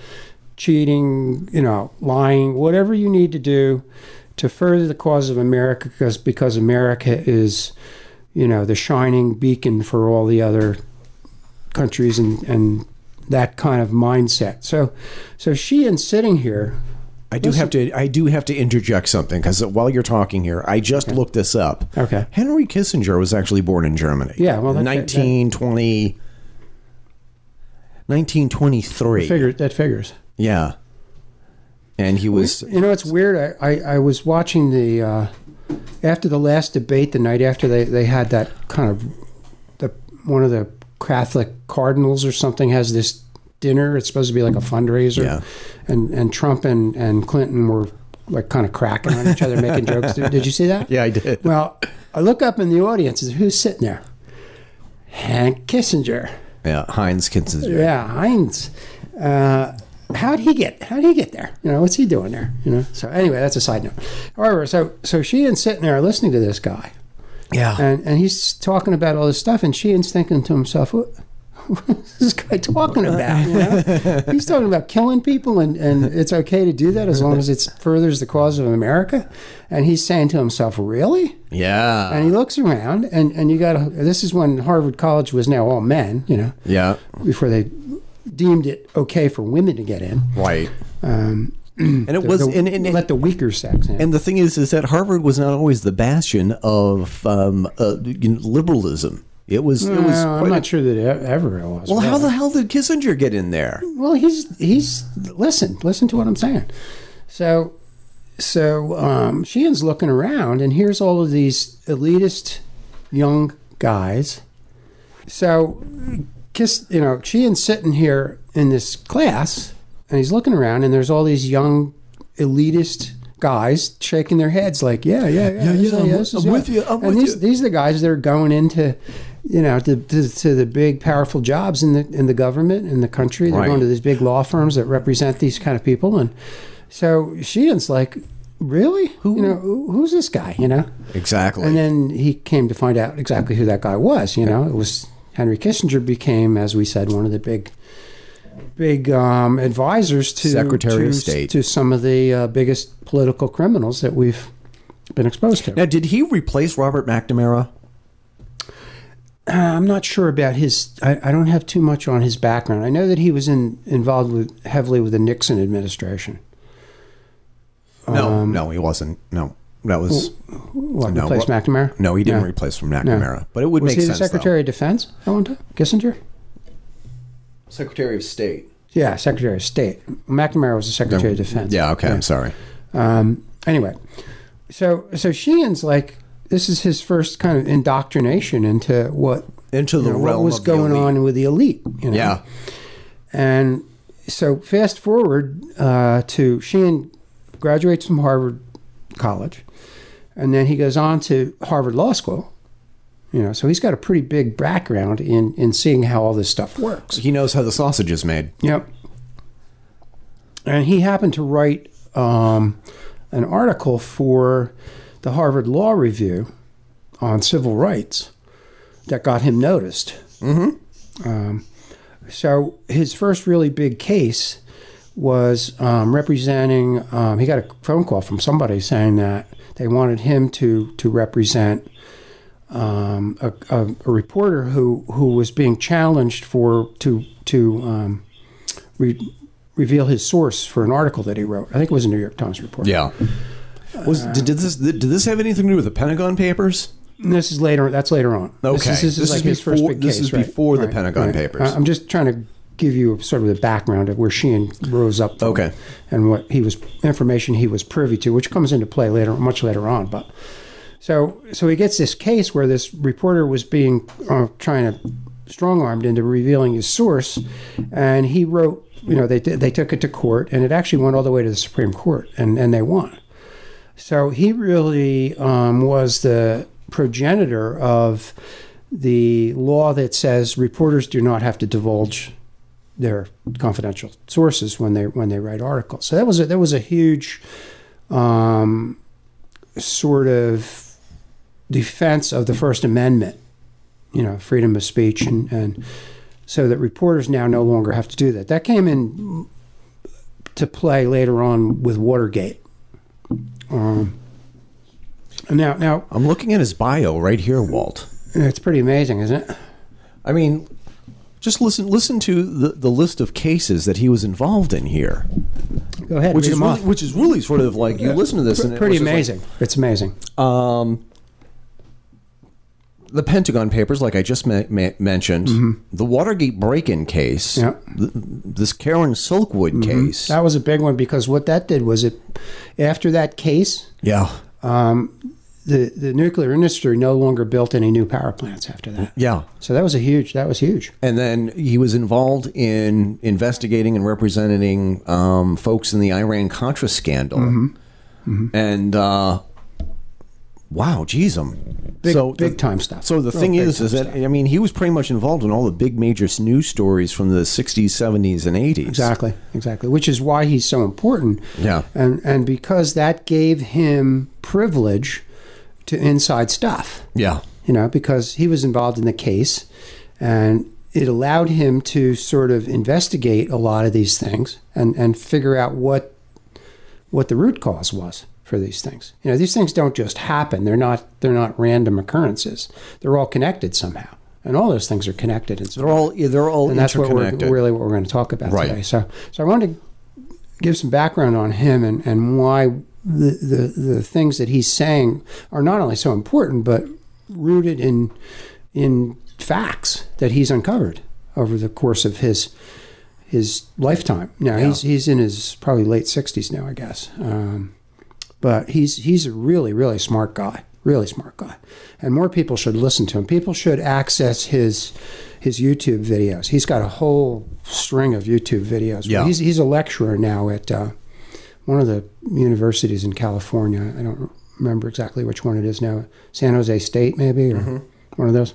B: cheating, you know, lying, whatever you need to do to further the cause of America, because because America is, you know, the shining beacon for all the other countries and and that kind of mindset. So, so she and sitting here,
A: I do have to. I do have to interject something because while you're talking here, I just looked this up.
B: Okay.
A: Henry Kissinger was actually born in Germany.
B: Yeah, well, that- that-
A: 1920, 1923.
B: figure that figures.
A: Yeah, and he was.
B: You know, it's weird. I, I, I was watching the uh, after the last debate the night after they, they had that kind of the one of the Catholic cardinals or something has this dinner. It's supposed to be like a fundraiser,
A: Yeah.
B: and and Trump and, and Clinton were like kind of cracking on each other, making jokes. Did, did you see that?
A: Yeah, I did.
B: Well, I look up in the audience. and Who's sitting there? Hank Kissinger.
A: Yeah, Heinz Kissinger.
B: Yeah, Heinz. Uh, how'd he get? How'd he get there? You know, what's he doing there? You know. So anyway, that's a side note. However, so so Sheehan's sitting there listening to this guy,
A: Yeah.
B: and and he's talking about all this stuff, and Sheehan's thinking to himself, what? What's this guy talking about? You know? He's talking about killing people, and, and it's okay to do that as long as it furthers the cause of America. And he's saying to himself, "Really?"
A: yeah.
B: And he looks around, and, and you got to. This is when Harvard College was now all men, you know
A: yeah.
B: before they deemed it okay for women to get in.
A: Right. Um, and it was.
B: The-
A: and, and, and,
B: let the weaker sex in.
A: and the thing is, is that Harvard was not always the bastion of um, uh, you know, liberalism. It was. It was.
B: Well, I'm
A: quite a-
B: not sure that it ever it was.
A: well, how
B: really.
A: the hell did Kissinger get in there?
B: well, he's he's listen, listen to what I'm saying. So, so um, Sheehan's looking around, and here's all of these elitist young guys. So, kiss, you know, Sheehan's sitting here in this class, and he's looking around, and there's all these young elitist guys shaking their heads like, yeah, yeah, yeah,
A: yeah,
B: so,
A: I'm-
B: this is
A: I'm
B: it."
A: with you, I'm
B: and
A: with
B: these,
A: you.
B: these are the guys that are going into, you know, to, to, to the big powerful jobs in the in the government in the country. They're
A: Right.
B: going to these big law firms that represent these kind of people, and so Sheehan's like, really, who you know, who- who's this guy, you know?
A: Exactly.
B: And then he came to find out exactly who that guy was. You know, it was Henry Kissinger became, as we said, one of the big, big um, advisors to
A: Secretary of
B: to-
A: State.
B: to some of the uh, biggest political criminals that we've been exposed to.
A: now, did he replace Robert McNamara?
B: Uh, I'm not sure about his. I, I don't have too much on his background. I know that he was in, involved with heavily with the Nixon administration.
A: No, Um, no, he wasn't. No, that was
B: What
A: No,
B: replaced
A: what-
B: McNamara?
A: no. He didn't
B: No.
A: replace from McNamara, but it would
B: Was
A: make
B: he
A: sense.
B: the Secretary of Defense at one time? Kissinger.
A: though. Secretary of State.
B: Yeah, Secretary of State. McNamara was the Secretary of Defense.
A: Yeah. Okay. I'm sorry.
B: Um, anyway, so so Sheehan's like this is his first kind of indoctrination into what
A: Into the
B: you know,
A: realm
B: what was
A: of the
B: going
A: elite.
B: on with the elite. You know?
A: Yeah.
B: And so fast forward uh, to Sheehan graduates from Harvard College, and then he goes on to Harvard Law School. You know, so he's got a pretty big background in in seeing how all this stuff works.
A: He knows how the sausage is made.
B: Yep. And he happened to write um, an article for the Harvard Law Review on civil rights that got him noticed. Mm-hmm. Um, so his first really big case was um, representing. Um, he got a phone call from somebody saying that they wanted him to to represent um, a, a, a reporter who who was being challenged for to to um, re- reveal his source for an article that he wrote. I think it was a New York Times report.
A: Yeah. Was did, did this did this have anything to do with the Pentagon Papers?
B: And this is later. That's later on.
A: Okay.
B: This is, this is
A: This
B: like
A: is
B: his first
A: before-
B: big
A: this
B: case.
A: is
B: right,
A: before the
B: right,
A: Pentagon
B: right.
A: Papers.
B: I- I'm just trying to give you sort of the background of where Sheehan rose up. From
A: Okay.
B: And what he was information he was privy to, which comes into play later, much later on. But so so he gets this case where this reporter was being uh, trying to strong armed into revealing his source, and he wrote. You know, they they took it to court, and it actually went all the way to the Supreme Court, and and they won. So he really um, was the progenitor of the law that says reporters do not have to divulge their confidential sources when they when they write articles. So that was a, that was a huge um, sort of defense of the First Amendment, you know, freedom of speech, and, and so that reporters now no longer have to do that. That came in to play later on with Watergate. Um, now, now
A: I'm looking at his bio right here, Walt.
B: it's pretty amazing, isn't it?
A: I mean, just listen listen to the, the list of cases that he was involved in here,
B: Go ahead,
A: which
B: read
A: is
B: them
A: really,
B: off.
A: which is really sort of like you listen to this and it
B: pretty
A: was just like-
B: amazing. it's amazing.
A: Um, the Pentagon Papers, like I just me- me- mentioned, the Watergate break-in case,
B: Mm-hmm. Yeah. Mm-hmm.
A: th- this Karen Silkwood case,
B: That was a big one because what that did was it after that case,
A: yeah,
B: the the nuclear industry no longer built any new power plants after that.
A: yeah,
B: So that was a huge. That was huge.
A: and then he was involved in investigating and representing um, folks in the Iran Contra scandal, and uh, wow, jeez, um,
B: Big,
A: so the- Oh,
B: big time stuff.
A: So the
B: Real
A: thing
B: big
A: is,
B: time
A: is that
B: stuff.
A: I mean, he was pretty much involved in all the big major news stories from the '60s, '70s, and '80s.
B: exactly, exactly, which is why he's so important.
A: Yeah.
B: and and because that gave him privilege to inside stuff.
A: Yeah.
B: you know, because he was involved in the case and it allowed him to sort of investigate a lot of these things and, and figure out what what the root cause was for these things. You know, these things don't just happen. They're not they're not random occurrences. They're all connected somehow. And all those things are connected and so
A: They're all they're all
B: and that's what we're
A: interconnected.
B: really what we're going to talk about
A: Right.
B: today. So, so I wanted to give some background on him and and why the, the the things that he's saying are not only so important but rooted in in facts that he's uncovered over the course of his his lifetime. Now he's he's in his probably late sixties now, I guess. Um, but he's he's a really really smart guy. really smart guy, and more people should listen to him. People should access his his YouTube videos. He's got a whole string of YouTube videos.
A: Yeah.
B: he's he's a lecturer now at uh, one of the universities in California. I don't remember exactly which one it is now. San Jose State, maybe, or one of those.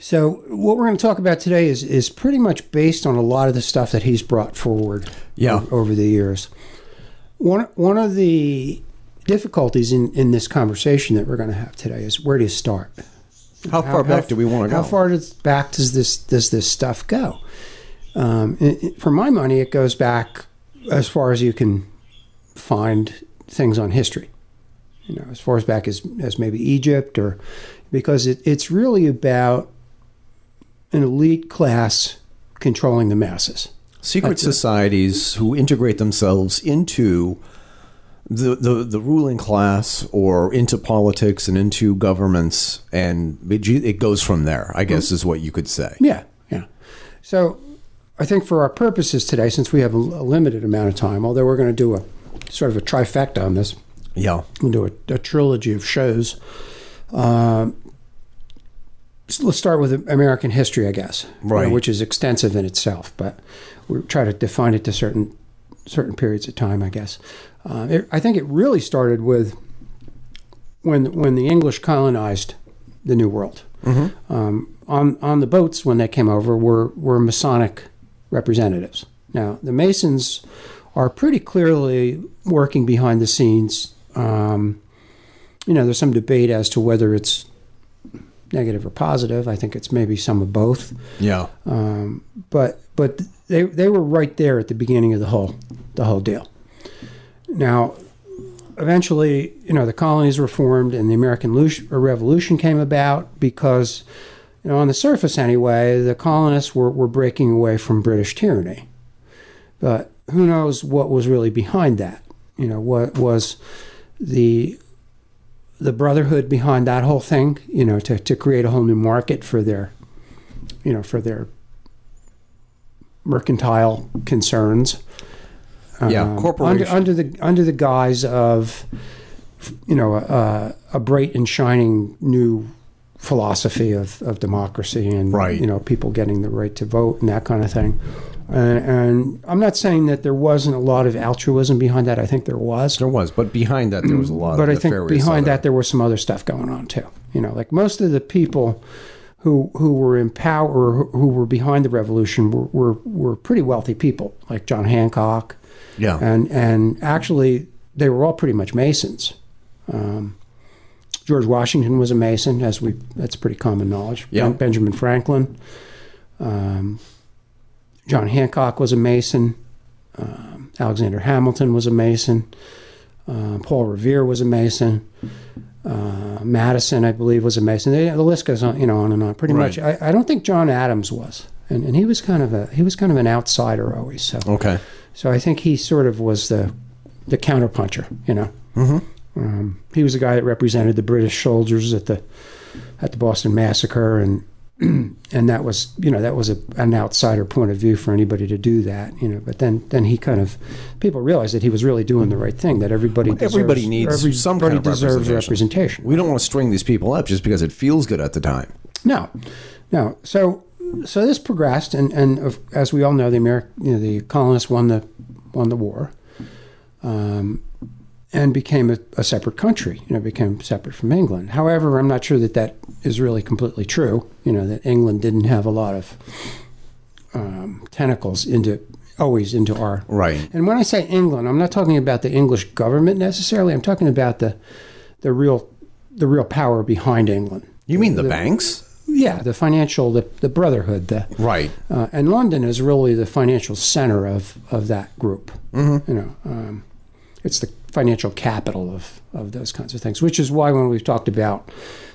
B: So what we're going to talk about today is is pretty much based on a lot of the stuff that he's brought forward
A: Yeah.
B: o- over the years. One one of the difficulties in, in this conversation that we're going to have today is where do you start?
A: How far back do we want to go?
B: How far does, back does this does this stuff go? Um, it- it- for my money, it goes back as far as you can find things on history. You know, as far as back as as maybe Egypt or because it, it's really about an elite class controlling the masses.
A: Secret societies who integrate themselves into the, the, the ruling class or into politics and into governments, and it, g- it goes from there, I guess, is what you could say.
B: Yeah, yeah. So I think for our purposes today, since we have a, a limited amount of time, although we're going to do a sort of a trifecta on this,
A: Yeah.
B: we'll do a, a trilogy of shows. Um, so let's start with American history, I guess, you know,
A: Right.
B: which is extensive in itself, but we try to define it to certain certain periods of time, I guess. Uh, it, I think it really started with when when the English colonized the New World. Um, on on the boats when they came over were were Masonic representatives. Now the Masons are pretty clearly working behind the scenes. Um, you know, there's some debate as to whether it's negative or positive. I think it's maybe some of both
A: Yeah.
B: Uh, but but they they were right there at the beginning of the whole the whole deal. Now, eventually, you know, the colonies were formed and the American Lu- or Revolution came about because, you know, on the surface anyway, the colonists were, were breaking away from British tyranny. But who knows what was really behind that? You know, what was the the brotherhood behind that whole thing? You know, to, to create a whole new market for their, you know, for their mercantile concerns.
A: Yeah,
B: Um,
A: corporation-
B: under, under the under the guise of you know a, a bright and shining new philosophy of, of democracy and
A: Right.
B: you know people getting the right to vote and that kind of thing. And, and I'm not saying that there wasn't a lot of altruism behind that. I think there was,
A: there was, but behind that, there was a lot
B: but I
A: of
B: think
A: nefarious
B: behind
A: other-
B: that there was some other stuff going on too. You know, like most of the people who who were in power, who- who were behind the revolution, were were, were pretty wealthy people, like John Hancock,
A: Yeah.
B: and and actually they were all pretty much masons. Um, George Washington was a mason, as we that's pretty common knowledge.
A: Yeah.
B: Ben- Benjamin Franklin, um, John Hancock was a mason. Um, Alexander Hamilton was a mason. Uh, Paul Revere was a mason. Uh, Madison, I believe, was a mason. They, the list goes on, you know, on and on. Pretty
A: Right.
B: much, I, I don't think John Adams was, and, and he was kind of a he was kind of an outsider always. So
A: okay.
B: so I think he sort of was the the counterpuncher, you know. Mm-hmm. Um, he was the guy that represented the British soldiers at the at the Boston Massacre, and and that was you know that was a, an outsider point of view for anybody to do that, you know. But then then he kind of people realized that he was really doing the right thing. That everybody deserves,
A: Everybody needs
B: everybody
A: some kind of
B: deserves
A: representation.
B: representation.
A: We don't want to string these people up just because it feels good at the time.
B: No, no. So, so this progressed, and and of, as we all know, the Ameri- you know, the colonists won the won the war, um, and became a, a separate country. You know, became separate from England. However, I'm not sure that that is really completely true. You know, that England didn't have a lot of um, tentacles into always into our
A: Right.
B: and when I say England, I'm not talking about the English government necessarily. I'm talking about the the real the real power behind England.
A: You mean the, banks?
B: Yeah, the financial, the, the brotherhood, the
A: Right.
B: uh, and London is really the financial center of of that group. You know, um, it's the financial capital of of those kinds of things, which is why when we've talked about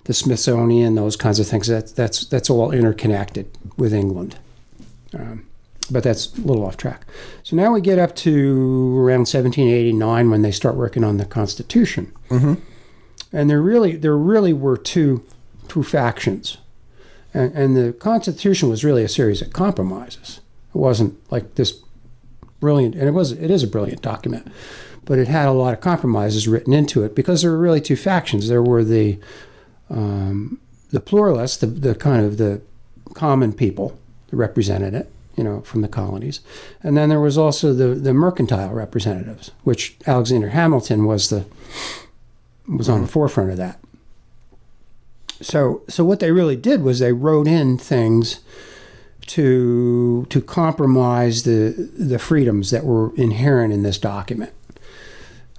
B: the Smithsonian, those kinds of things, that's that's that's all interconnected with England. Um, but that's a little off track. So now we get up to around 1789 when they start working on the Constitution, and there really there really were two two factions and, and the Constitution was really a series of compromises. It wasn't like this brilliant, and it was it is a brilliant document, but it had a lot of compromises written into it because there were really two factions. There were the um, the pluralists, the, the kind of the common people that represented it, you know, from the colonies, and then there was also the the mercantile representatives, which Alexander Hamilton was the was on the forefront of that. So so what they really did was they wrote in things to to compromise the the freedoms that were inherent in this document.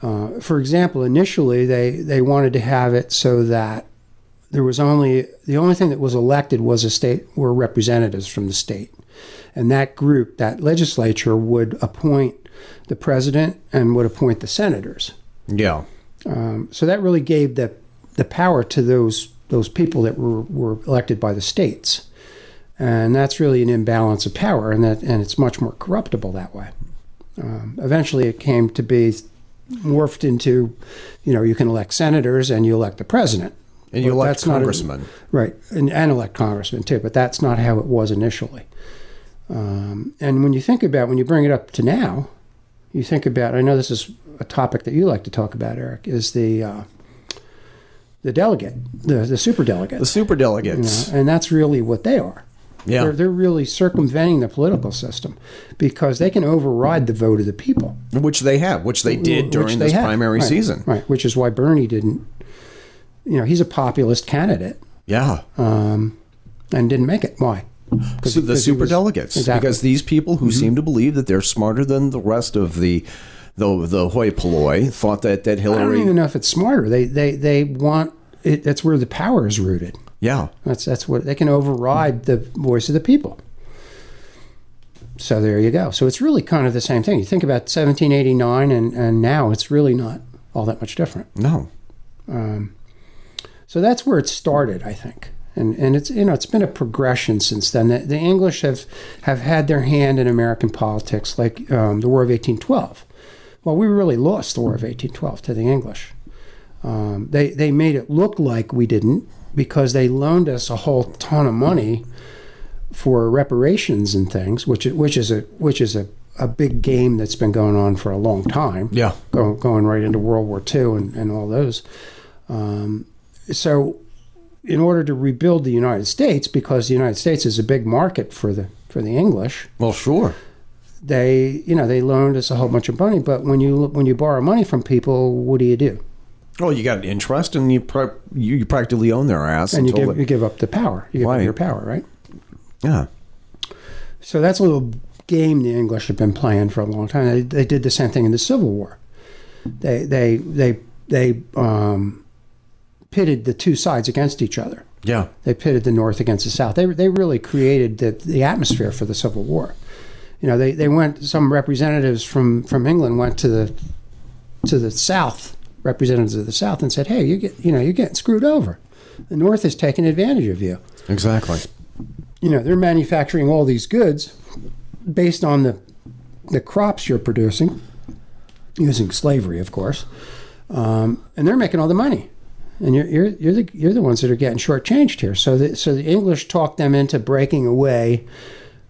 B: Uh, for example, initially they they wanted to have it so that there was only the only thing that was elected was a state were representatives from the state, and that group that legislature would appoint the president and would appoint the senators.
A: Yeah.
B: Um, so that really gave the the power to those those people that were, were elected by the states, and that's really an imbalance of power, and that and it's much more corruptible that way. Um, eventually, it came to be morphed into, you know, you can elect senators and you elect the president,
A: And you
B: Well,
A: elect
B: that's not a-
A: congressmen.
B: right, and, and elect congressmen too. But that's not how it was initially. Um, and when you think about when you bring it up to now, you think about. I know this is a topic that you like to talk about, Eric. Is the uh, the delegate, the the super delegate,
A: the superdelegates.
B: and that's really what they are.
A: Yeah.
B: They're, they're really circumventing the political system because they can override the vote of the people.
A: Which they have, which they did
B: which
A: during
B: they
A: this
B: have.
A: primary
B: Right,
A: season.
B: Right, which is why Bernie didn't, you know, he's a populist candidate
A: Yeah.
B: and didn't make it. Why? Because
A: So the superdelegates.
B: Exactly. Mm-hmm.
A: Because these people who seem to believe that they're smarter than the rest of the the the hoi polloi thought that that
B: I don't
A: Hillary
B: even know if it's smarter. They they they want it. That's where the power is rooted.
A: Yeah.
B: That's that's what they can override the voice of the people. So there you go. So it's really kind of the same thing. You think about 1789 and and now it's really not all that much different.
A: No.
B: So that's where it started, I think. And and it's you know it's been a progression since then. The, the English have have had their hand in American politics, like um, the War of 1812. Well, we really lost the War of 1812 to the English. Um, they they made it look like we didn't because they loaned us a whole ton of money for reparations and things, which which is a which is a, a big game that's been going on for a long time
A: Yeah.
B: go, going right into World War II and, and all those. Um, so, in order to rebuild the United States, because the United States is a big market for the for the English,
A: Well sure.
B: they you know they loaned us a whole bunch of money. But when you when you borrow money from people, what do you do?
A: Well, you got interest, and you pra- you, you practically own their ass.
B: And you
A: until
B: give,
A: the-
B: you give up the power. You give
A: Right.
B: up your power, right?
A: yeah,
B: So that's a little game the English have been playing for a long time. They, they did the same thing in the Civil War. They they they they um, pitted the two sides against each other.
A: yeah,
B: They pitted the North against the South. They, they really created the, the atmosphere for the Civil War. You know, they, they went. Some representatives from, from England went to the to the South, representatives of the South, and said, "Hey, you get you know you're getting screwed over. The North is taking advantage of you.
A: exactly.
B: You know, they're manufacturing all these goods based on the the crops you're producing, using slavery, of course, um, and they're making all the money. And you're, you're, you're, the, you're the ones that are getting shortchanged here. So the, so the English talked them into breaking away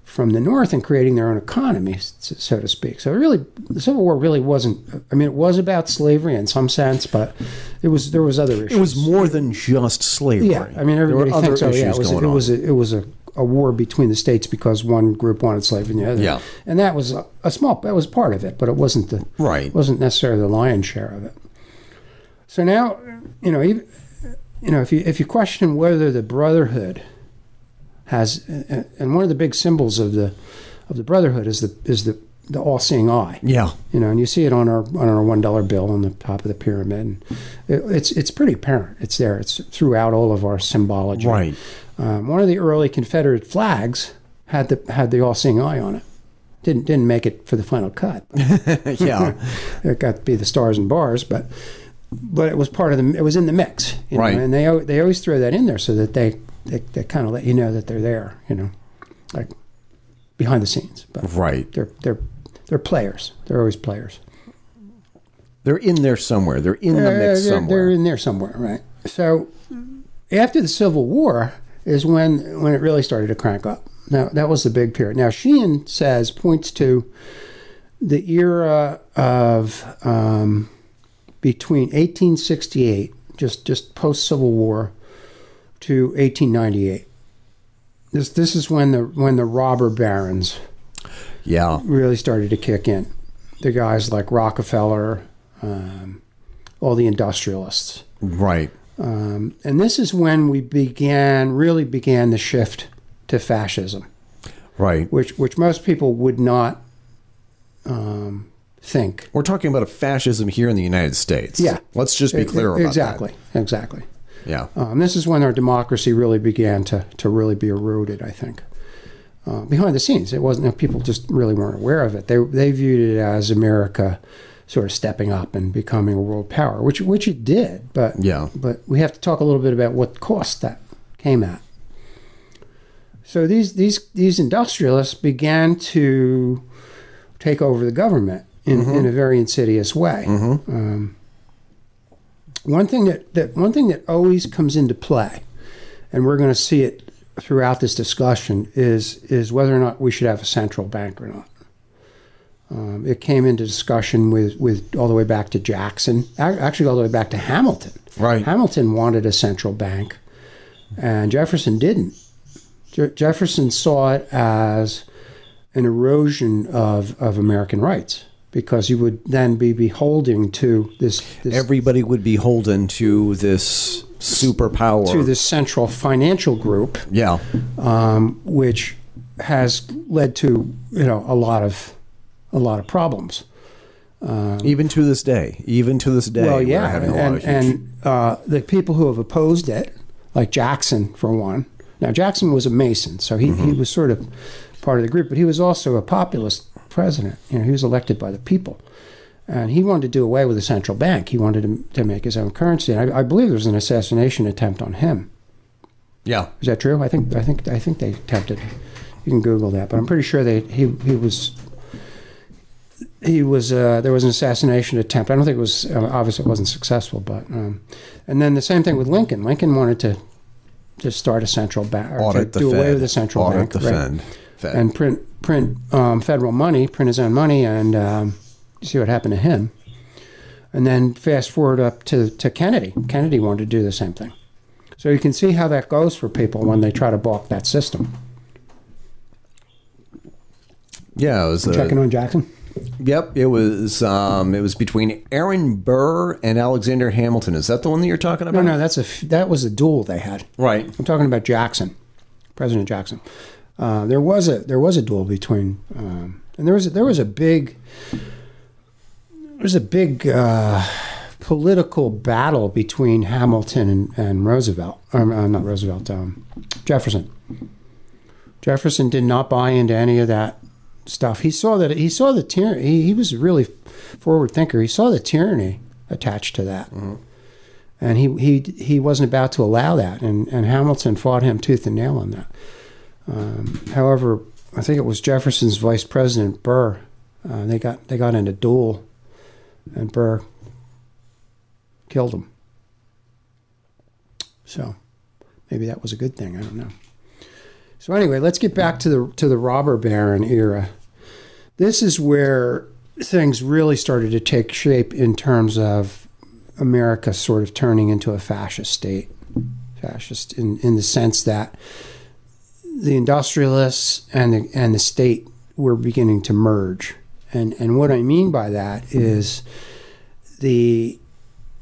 B: from the North and creating their own economy, s- so to speak. So it really, the Civil War really wasn't. I mean, it was about slavery in some sense, but it was there was other issues.
A: It was more than just slavery.
B: Yeah, I mean, everybody
A: there were
B: thinks,
A: other
B: oh, yeah,
A: issues
B: it was,
A: going
B: it was, a, it was a, a war between the states because one group wanted slavery and the other.
A: Yeah.
B: And that was a, a small, that was part of it, but it wasn't the,
A: Right.
B: it wasn't necessarily the lion's share of it. So now, you know, even, you know, if you, if you question whether the brotherhood has, and one of the big symbols of the, of the brotherhood is the, is the, the all-seeing
A: on.
B: eye
A: yeah,
B: you know, and you see it on our on our one dollar bill on the top of the pyramid. And it, it's it's pretty apparent. It's there. It's throughout all of our symbology.
A: right.
B: Um, one of the early Confederate flags had the had the all seeing eye on it. Didn't didn't make it for the final cut.
A: yeah,
B: it got to be the stars and bars, but but it was part of the it was in the mix. you know,
A: Right.
B: and they al- they always throw that in there so that they they, they kind of let you know that they're there. You know, like behind the scenes, but
A: right.
B: they're they're they're players. They're always players.
A: They're in there somewhere. They're in the mix
B: Uh, they're,
A: somewhere.
B: They're in there somewhere, right? So after the Civil War is when when it really started to crank up. Now that was the big period. Now Sheehan says points to the era of um, between 1868, just just post Civil War, to 1898. This this is when the when the robber barons
A: Yeah.
B: really started to kick in. The guys like Rockefeller, um, all the industrialists.
A: Right.
B: Um, and this is when we began, really began the shift to fascism,
A: Right.
B: which, which most people would not um, think.
A: We're talking about a fascism here in the United States.
B: Yeah.
A: Let's just be clear
B: E-
A: about that.
B: exactly, Exactly,
A: Yeah.
B: Um, this is when our democracy really began to, to really be eroded, I think. Uh, behind the scenes, it wasn't, people just really weren't aware of it. They, they viewed it as America sort of stepping up and becoming a world power, which, which it did, but
A: Yeah.
B: but we have to talk a little bit about what cost that came at. So these these these industrialists began to take over the government in, in a very insidious way. Um, one thing that, that one thing that always comes into play, and we're going to see it throughout this discussion, is is whether or not we should have a central bank or not. Um, it came into discussion with, with all the way back to Jackson, ac- actually all the way back to Hamilton.
A: Right.
B: Hamilton wanted a central bank, and Jefferson didn't. Je- Jefferson saw it as an erosion of, of American rights because you would then be beholding to this, this
A: Everybody would be holden to this superpower.
B: to this central financial group,
A: yeah.
B: um, which has led to you know a lot of a lot of problems.
A: even to this day. Even to this day.
B: Um, Well,
A: we're
B: yeah,
A: having a lot
B: and,
A: of huge-
B: and uh, the people who have opposed it, like Jackson for one. Now Jackson was a Mason, so he,
A: Mm-hmm.
B: he was sort of part of the group, but he was also a populist president. You know, he was elected by the people, and he wanted to do away with the central bank. He wanted to, to make his own currency. And I, I believe there was an assassination attempt on him.
A: yeah.
B: Is that true? I think I think I think they attempted. You can Google that, but I'm pretty sure they he he was he was uh, there was an assassination attempt. I don't think it was uh, obviously it wasn't successful, but um, and then the same thing with Lincoln. Lincoln wanted to to start a central bank or
A: Audit the
B: to do
A: Fed.
B: away with the central
A: Audit
B: bank,
A: the
B: right?
A: Fed. Fed.
B: and print print um, federal money, print his own money, and um, you see what happened to him. And then fast forward up to, to Kennedy. Kennedy wanted to do the same thing. So you can see how that goes for people when they try to balk that system.
A: yeah. It was a-
B: Checking on Jackson.
A: Yep, it was. Um, it was between Aaron Burr and Alexander Hamilton. Is that the one that you're talking
B: No,
A: about?
B: no, that's a f- that was a duel they had.
A: Right.
B: I'm talking about Jackson, President Jackson. Uh, there was a there was a duel between, um, and there was a, there was a big there was a big uh, political battle between Hamilton and, and Roosevelt. Um, uh, not Roosevelt, um, Jefferson. Jefferson did not buy into any of that stuff. He saw that he saw the tyranny. He, he was a really forward thinker. He saw the tyranny attached to that and he he he wasn't about to allow that, and and Hamilton fought him tooth and nail on that. Um, however, I think it was Jefferson's vice president Burr. Uh, they got they got in a duel, and Burr killed him. So maybe that was a good thing. I don't know. So anyway, let's get back to the to the robber baron era. This is where things really started to take shape in terms of America sort of turning into a fascist state. Fascist in, in the sense that the industrialists and the and the state were beginning to merge. And and what I mean by that is the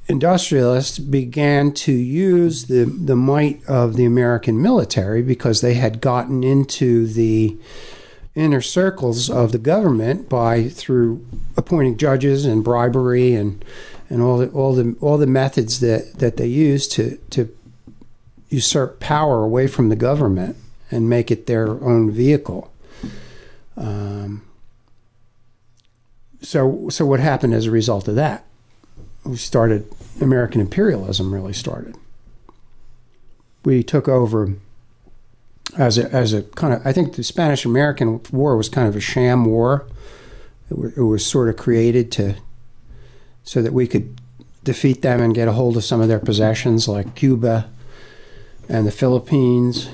B: industrialists began to use the, the might of the American military because they had gotten into the inner circles of the government by through appointing judges and bribery and and all the all the all the methods that that they use to to usurp power away from the government and make it their own vehicle. Um, so so what happened as a result of that? We started American imperialism really started. We took over as a, as a kind of I think the Spanish American War was kind of a sham war. It, wa- it was sort of created to so that we could defeat them and get a hold of some of their possessions like Cuba and the Philippines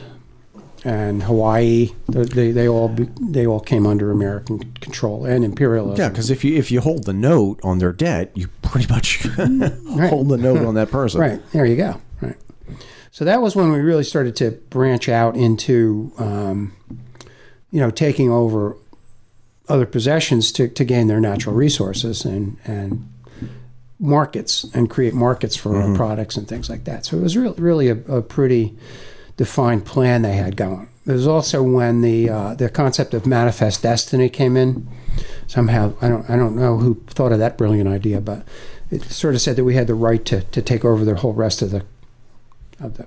B: and Hawaii. They, they, they all be, they all came under American control and imperialism.
A: Yeah, because if you if you hold the note on their debt, you pretty much hold the note on that person.
B: Mm. Right. There you go. Right. So that was when we really started to branch out into, um, you know, taking over other possessions to, to gain their natural resources and, and markets and create markets for our products and things like that. So it was really, really a, a pretty defined plan they had going. It was also when the uh, the concept of manifest destiny came in. Somehow, I don't I don't know who thought of that brilliant idea, but it sort of said that we had the right to, to take over the whole rest of the of the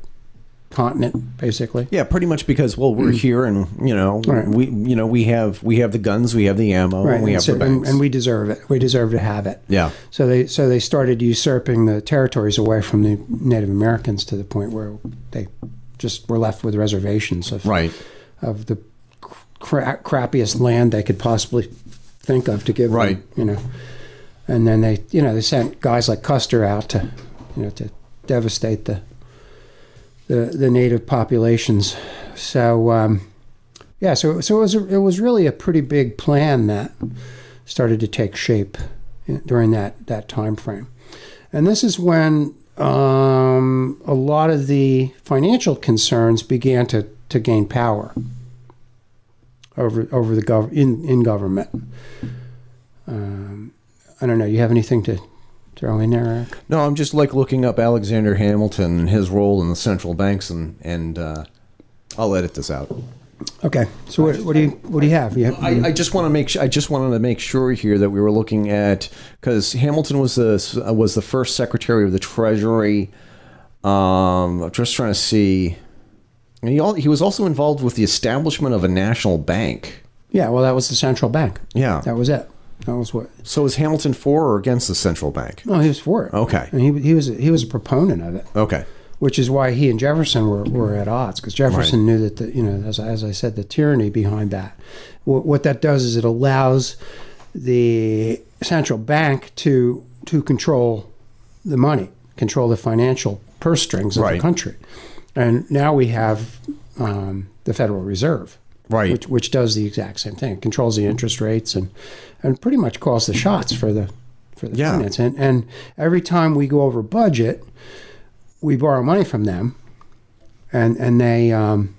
B: continent, basically.
A: Yeah, pretty much because well, we're here, and you know,
B: Mm. Right.
A: we you know we have we have the guns, we have the ammo, and we
B: and,
A: have
B: so-
A: the
B: and,
A: banks.
B: and we deserve it. We deserve to have it.
A: yeah,
B: So they so they started usurping the territories away from the Native Americans to the point where they just were left with reservations of
A: right,
B: of the cra- crappiest land they could possibly think of to give
A: Right.
B: them, you know. And then they, you know, they sent guys like Custer out to, you know, to devastate the the, the native populations. So um, yeah, so so it was a, it was really a pretty big plan that started to take shape in- during that that time frame. And this is when um, a lot of the financial concerns began to, to gain power over over the gov- in in government. Um, I don't know. You have anything to throw in there, Eric?
A: no, I'm just like looking up Alexander Hamilton and his role in the central banks, and and uh, I'll edit this out.
B: Okay. So what, what do you what do you have? You have-
A: I, I just want to make su- I just wanted to make sure here that we were looking at because Hamilton was the s- uh, was the first Secretary of the Treasury. Um, I'm just trying to see. And he al- he was also involved with the establishment of a national bank.
B: yeah. Well, that was the central bank.
A: Yeah.
B: That was it. That was what.
A: So is Hamilton for or against the central bank?
B: No, he was for it.
A: Okay.
B: And he he was he was a proponent of it.
A: Okay.
B: which is why he and Jefferson were, were at odds because Jefferson knew that the you know as, I- as I said the tyranny behind that what, what that does is it allows the central bank to to control the money control the financial purse strings of
A: Right.
B: the country and now we have um, the Federal Reserve
A: Right.
B: which which does the exact same thing it controls the interest rates and and pretty much calls the shots for the for the
A: Yeah.
B: finance and and every time we go over budget we borrow money from them, and and they um,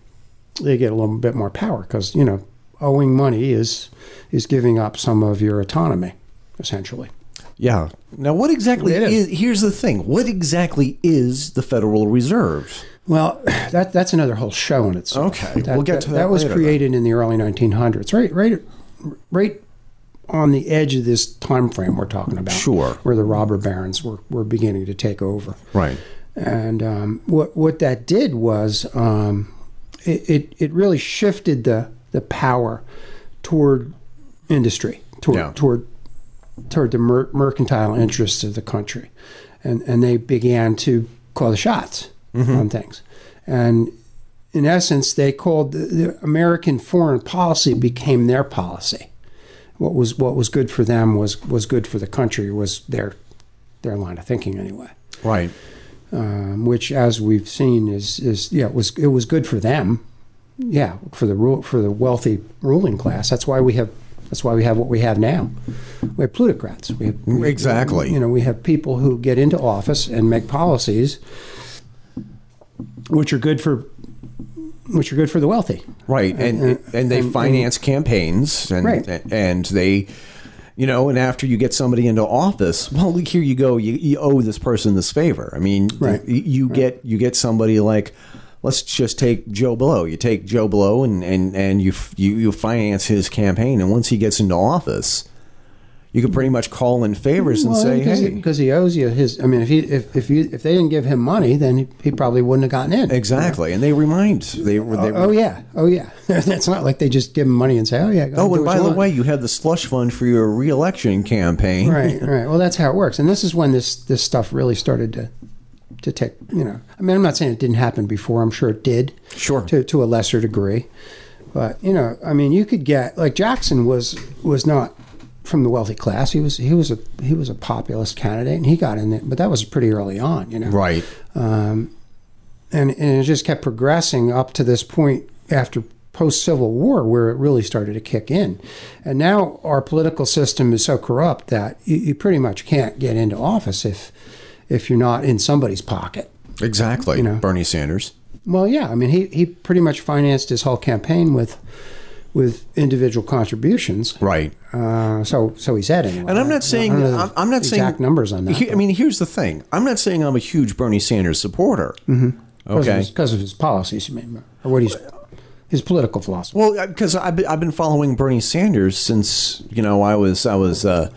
B: they get a little bit more power because you know owing money is is giving up some of your autonomy, essentially.
A: Yeah. Now, what exactly
B: It
A: is,
B: is.
A: here's the thing? What exactly is the Federal Reserve?
B: Well, that that's another whole show in itself.
A: Okay, we'll get to that
B: was
A: later,
B: created in the early 1900s, right, right, right on the edge of this time frame we're talking about.
A: Sure.
B: where the robber barons were were beginning to take over.
A: Right.
B: And um, what what that did was um, it, it it really shifted the the power toward industry, toward
A: Yeah.
B: toward toward the mer- mercantile interests of the country, and and they began to call the shots on things, and in essence, they called the, the American foreign policy became their policy. What was what was good for them was was good for the country was their their line of thinking anyway
A: Right.
B: um, which, as we've seen, is is yeah, it was it was good for them, yeah, for the rule for the wealthy ruling class. That's why we have that's why we have what we have now. We have plutocrats. We have, we-
A: Exactly.
B: You know, we have people who get into office and make policies, which are good for which are good for the wealthy.
A: Right. And and, they finance campaigns and
B: Right.
A: and they you know, and after you get somebody into office, well, here you go. You, you owe this person this favor. I mean,
B: Right.
A: you, you get you get somebody like, let's just take Joe Blow. You take Joe Blow, and and and you f- you you finance his campaign. And once he gets into office, you can pretty much call in favors and say,
B: because
A: hey,
B: he, 'cause he owes you his. I mean, if he if if, you, if they didn't give him money, then he, he probably wouldn't have gotten in.
A: Exactly, and they remind they were they.
B: Oh yeah, oh yeah. That's not like they just give him money and say, "Oh yeah." Go
A: oh,
B: do
A: and
B: what
A: by
B: you
A: the
B: want."
A: way, you had the slush fund for your reelection campaign,
B: right, right. Well, that's how it works, and this is when this this stuff really started to to take. You know, I mean, I'm not saying it didn't happen before. I'm sure it did.
A: Sure.
B: To to a lesser degree, but you know, I mean, you could get like Jackson was was not from the wealthy class. He was he was a he was a populist candidate, and he got in there. But that was pretty early on, you know
A: Right,
B: and, and it just kept progressing up to this point after post Civil War where it really started to kick in. And now our political system is so corrupt that you, you pretty much can't get into office if if you're not in somebody's pocket.
A: Exactly.
B: know.
A: Bernie Sanders.
B: Well, yeah, I mean he, he pretty much financed his whole campaign with with individual contributions.
A: Right.
B: Uh, so so he said anyway.
A: And I'm not saying
B: I don't know the
A: I'm, I'm not saying
B: exact numbers on that.
A: He- I mean, here's the thing. I'm not saying I'm a huge Bernie Sanders supporter. Okay.
B: because Mm-hmm. of his policies, you mean, or what he's his political philosophy.
A: Well, because I've been, I've been following Bernie Sanders since you know I was I was uh,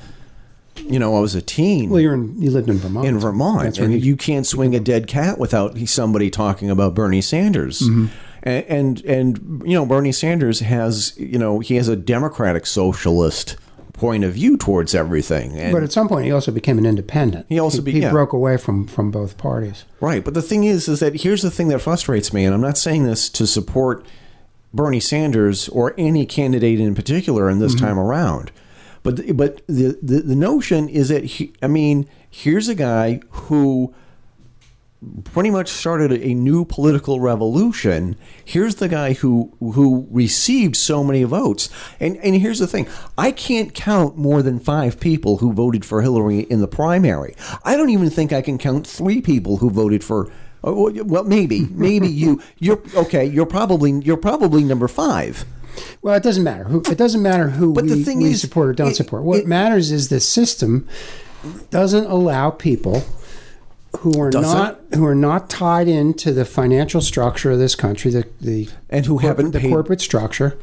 A: you know I was a teen
B: Well, you're in you lived in Vermont.
A: in Vermont,
B: That's where
A: and
B: he-
A: you can't swing a dead cat without he- somebody talking about Bernie Sanders.
B: Mm-hmm.
A: A- And, and you know Bernie Sanders has you know he has a democratic socialist point of view towards everything. And
B: But at some point, he also became an independent. He
A: also
B: he,
A: be-
B: he
A: yeah.
B: broke away from from both parties.
A: Right, but the thing is, is that here's the thing that frustrates me, and I'm not saying this to support Bernie Sanders or any candidate in particular in this time around, but the, but the, the the notion is that he, I mean, here's a guy who pretty much started a new political revolution. Here's the guy who who received so many votes. And and here's the thing. I can't count more than 5 people who voted for Hillary in the primary. I don't even think I can count 3 people who voted for oh, well maybe maybe you you're okay, you're probably you're probably number 5.
B: Well, it doesn't matter who it doesn't matter who
A: But
B: we,
A: the thing
B: we
A: is,
B: support or don't
A: it-
B: support. What
A: it-
B: matters is the system doesn't allow people who are
A: Doesn't?
B: not who are not tied into the financial structure of this country, the the
A: And who haven't
B: the
A: paid-
B: corporate structure,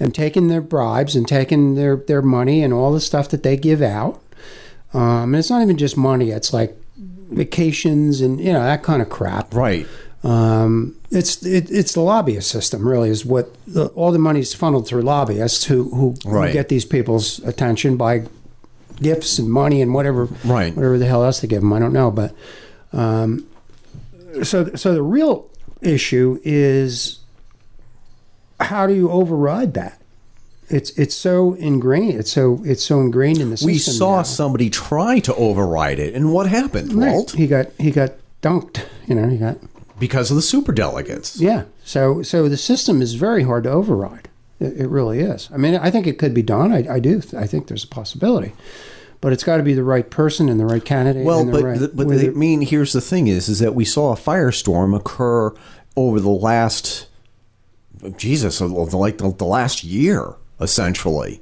B: and taking their bribes and taking their their money and all the stuff that they give out. Um, and it's not even just money; it's like vacations and you know that kind of crap.
A: Right.
B: Um, it's it, it's the lobbyist system really is what the, all the money's funneled through lobbyists who who, who
A: Right.
B: get these people's attention by gifts and money and whatever
A: Right.
B: whatever the hell else they give them I don't know but um, so so the real issue is how do you override that it's it's so ingrained it's so it's so ingrained in the system
A: We saw
B: now.
A: somebody try to override it, and what happened, Walt?
B: he got he got dunked you know he got
A: Because of the superdelegates.
B: Yeah. So so the system is very hard to override. It, it really is. I mean, I think it could be done. I, I do. I think there's a possibility, but it's got to be the right person and the right candidate.
A: Well,
B: and the
A: but
B: right,
A: the, but
B: with
A: I
B: it-
A: mean, here's the thing: is is that we saw a firestorm occur over the last Jesus, like the, the last year, essentially.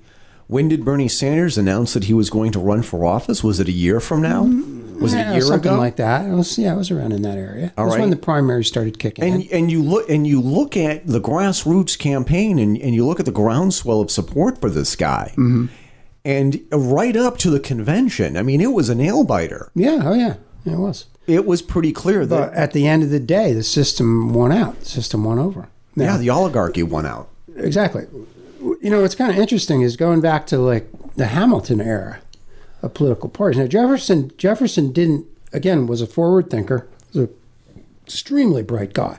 A: When did Bernie Sanders announce that he was going to run for office? Was it a year from now? Was it
B: Mm-hmm. yeah,
A: a year
B: something
A: ago?
B: like that? It was, yeah, it was around in that area. That's
A: right.
B: when the primaries started kicking in.
A: and and you look and you look at the grassroots campaign and, and you look at the groundswell of support for this guy
B: Mm-hmm.
A: and right up to the convention i mean it was a nail biter
B: Yeah. Oh yeah. yeah. It was.
A: it was pretty clear that
B: But at the end of the day, the system won out. The system won over. Now,
A: yeah the oligarchy won out
B: Exactly. You know, what's kind of interesting is going back to like the Hamilton era of political parties. Now Jefferson Jefferson didn't again was a forward thinker, was an extremely bright guy.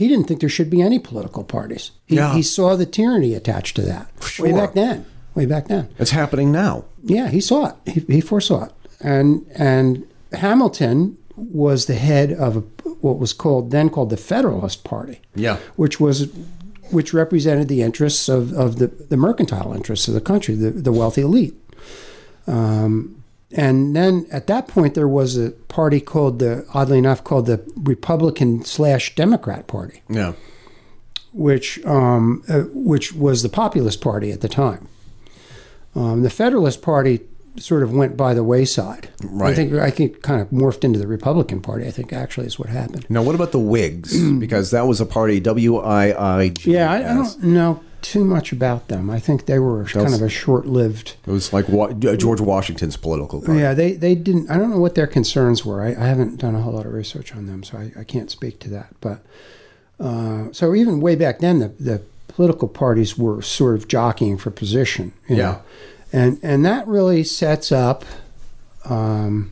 B: He didn't think there should be any political parties. He,
A: Yeah.
B: he saw the tyranny attached to that way
A: Sure.
B: back then. Way back then.
A: It's happening now.
B: Yeah, he saw it. He, he foresaw it. And and Hamilton was the head of a, what was called then called the Federalist Party
A: Yeah.
B: which was which represented the interests of, of the, the mercantile interests of the country, the, the wealthy elite. Um, and then at that point, there was a party called the, oddly enough, called the Republican slash Democrat Party,
A: Yeah.
B: which um, uh, which was the populist party at the time. Um, the Federalist Party sort of went by the wayside.
A: Right.
B: I think I think it kind of morphed into the Republican Party. I think actually is what happened.
A: Now, what about the Whigs? because that was a party, W I I G.
B: Yeah, I, I don't know too much about them. I think they were kind of a short-lived.
A: It was like Wa- uh, George Washington's political party.
B: Yeah, they, they didn't. I don't know what their concerns were. I, I haven't done a whole lot of research on them, so I, I can't speak to that. But uh, so even way back then, the, the political parties were sort of jockeying for position. You
A: Yeah.
B: know? and and that really sets up um,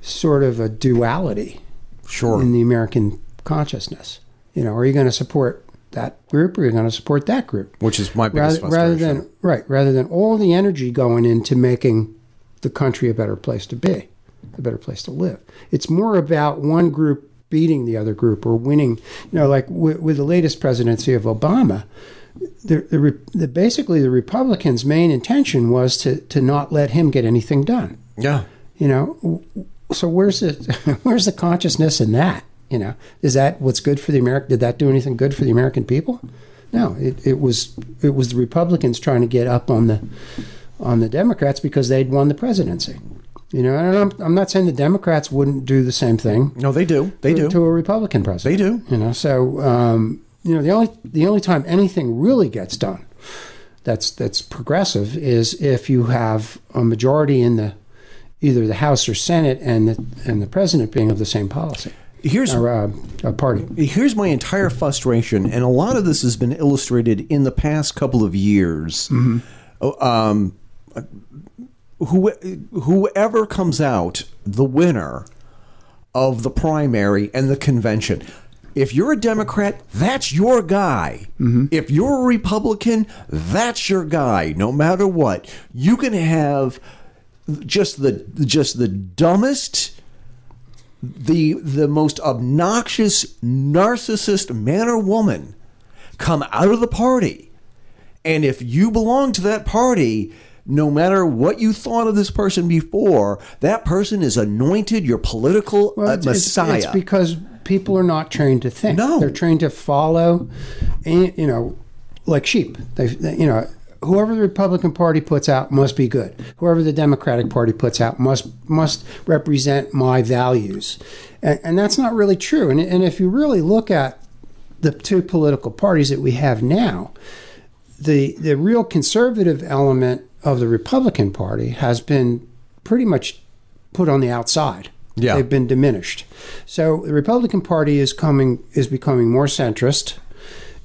B: sort of a duality
A: Sure.
B: in the American consciousness. You know, are you going to support that group or are you going to support that group?
A: Which is my biggest
B: rather, rather
A: frustration.
B: than right rather than all the energy going into making the country a better place to be a better place to live it's more about one group beating the other group or winning. You know, like with, with the latest presidency of Obama, the, the, re- the basically the Republicans' main intention was to to not let him get anything done.
A: Yeah.
B: You know, W- w- so where's the where's the consciousness in that? You know, is that what's good for the American? Did that do anything good for the American people? No, it, it was it was the Republicans trying to get up on the on the Democrats because they'd won the presidency. You know, and I'm, I'm not saying the Democrats wouldn't do the same thing
A: No, they do. They do.
B: to a Republican president.
A: They do.
B: You know, so um, you know the only the only time anything really gets done that's that's progressive is if you have a majority in the either the House or Senate and the and the president being of the same policy
A: Here's
B: or uh, a party.
A: here's my entire frustration, and a lot of this has been illustrated in the past couple of years. Oh, Um, who, whoever comes out the winner of the primary and the convention, if you're a Democrat, that's your guy. If you're a Republican, that's your guy. No matter what, you can have just the just the dumbest the the most obnoxious narcissist man or woman come out of the party and if you belong to that party no matter what you thought of this person before that person is anointed your political uh,
B: it's- it's-
A: messiah
B: It's, because people are not trained to think.
A: No.
B: they're trained to follow, and, you know, like sheep. They, they- you know, whoever the Republican Party puts out must be good. Whoever the Democratic Party puts out must must represent my values, and, and that's not really true. And, and if you really look at the two political parties that we have now, the the real conservative element of the Republican Party has been pretty much put on the outside.
A: Yeah.
B: They've been diminished. So the Republican Party is coming is becoming more centrist.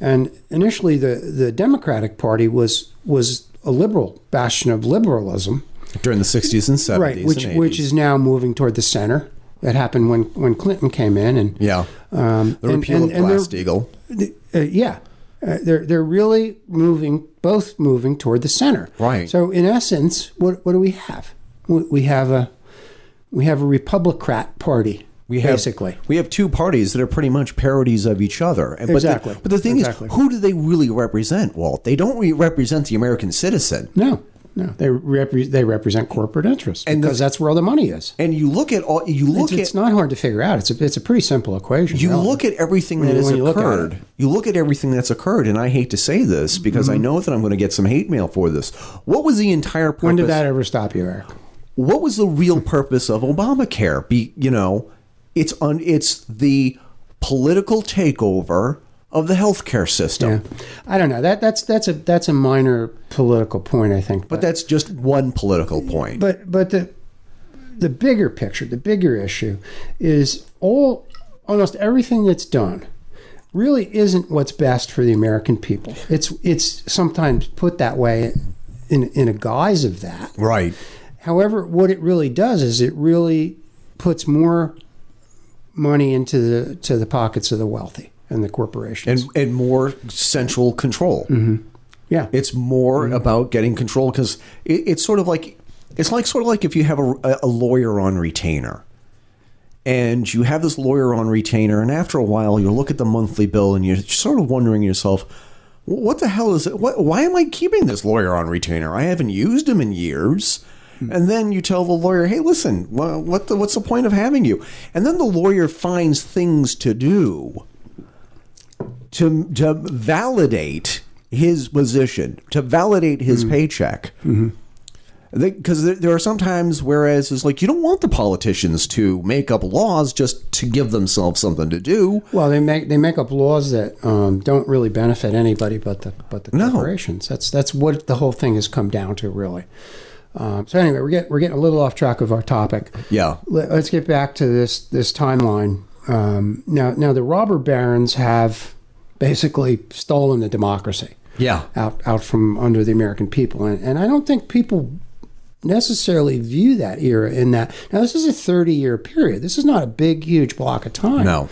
B: And initially the, the Democratic Party was was a liberal bastion of liberalism.
A: during the 60s and 70s
B: Right, which
A: and 80s.
B: which is now moving toward the center. That happened when, when Clinton came in and
A: yeah
B: um,
A: the
B: and-
A: repeal
B: and-
A: of
B: and they're-
A: glass-steagall
B: the- uh, yeah, uh, they're they're really moving, both moving toward the center.
A: Right.
B: So in essence, what what do we have? We, we have a we have a Republicrat party.
A: we have,
B: basically.
A: we have two parties that are pretty much parodies of each other. And, but
B: Exactly.
A: The, but the thing
B: Exactly.
A: is, who do they really represent, Walt? They don't re- represent the American citizen.
B: No, no, they repre- they represent corporate interests
A: And the-
B: because that's where all the money is.
A: And you look at all you look
B: It's,
A: at
B: it's not hard to figure out. It's a it's a pretty simple equation.
A: You
B: really.
A: look at everything that
B: you-
A: has
B: when you look at
A: occurred.
B: it.
A: you look at everything that's occurred, and I hate to say this because
B: Mm-hmm.
A: I know that I'm going to get some hate mail for this. What was the entire purpose?
B: when did that ever stop you, Eric?
A: what was the real purpose of Obamacare? Be you know, it's un, it's the political takeover of the healthcare system.
B: Yeah. I don't know. That that's that's a that's a minor political point, I think.
A: But that's just one political point.
B: but but the the bigger picture, the bigger issue, is all almost everything that's done really isn't what's best for the American people. It's it's sometimes put that way in in a guise of that.
A: right.
B: However, what it really does is it really puts more money into the to the pockets of the wealthy and the corporations.
A: And and more central control.
B: yeah.
A: It's more about getting control because it, it's sort of like it's like sort of like if you have a, a lawyer on retainer, and you have this lawyer on retainer, and after a while you look at the monthly bill and you're sort of wondering to yourself, "Wh- what the hell is it? What, why am I keeping this lawyer on retainer? I haven't used him in years. And then you tell the lawyer, "Hey, listen, wha- what the, what's the point of having you?" And then the lawyer finds things to do to to validate his position, to validate his
B: Mm-hmm.
A: paycheck. Because there, there are some times, whereas it's like you don't want the politicians to make up laws just to give themselves something to do.
B: Well, they make they make up laws that um, don't really benefit anybody but the but the
A: No.
B: corporations. That's that's what the whole thing has come down to, really. Um, so anyway, we're get, we're getting a little off track of our topic.
A: Yeah,
B: Let, us get back to this this timeline. Um, now now the robber barons have basically stolen the democracy
A: yeah,
B: out out from under the American people, and and I don't think people necessarily view that era in that. Now this is a thirty year period. This is not a big huge block of time
A: no,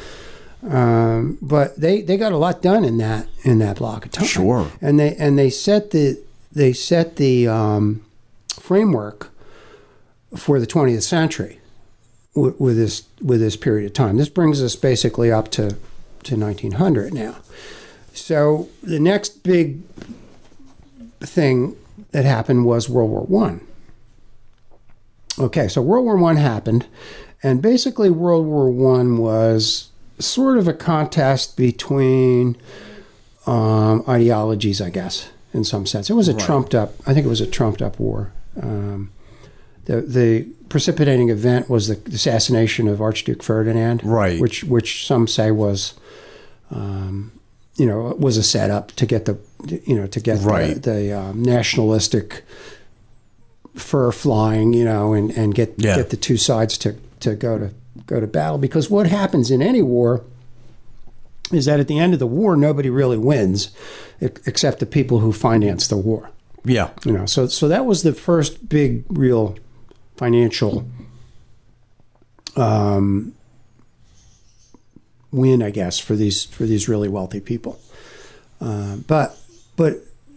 B: um, but they, they got a lot done in that in that block of time.
A: Sure.
B: and they and they set the they set the um, framework for the 20th century, with, with this with this period of time. This brings us basically up to to 1900 now. So the next big thing that happened was World War One. Okay, so World War One happened, and basically World War One was sort of a contest between um, ideologies, I guess, in some sense. It was a trumped up. I think it was a trumped up war. Um, the the precipitating event was the assassination of Archduke Ferdinand,
A: Right.
B: Which which some say was, um, you know, was a setup to get the, you know, to get
A: Right.
B: the, the um, nationalistic fur flying, you know, and and get
A: Yeah.
B: get the two sides to to go to go to battle because what happens in any war is that at the end of the war nobody really wins e- except the people who finance the war
A: Yeah.
B: you know so so that was the first big real financial um win i guess for these for these really wealthy people uh, but but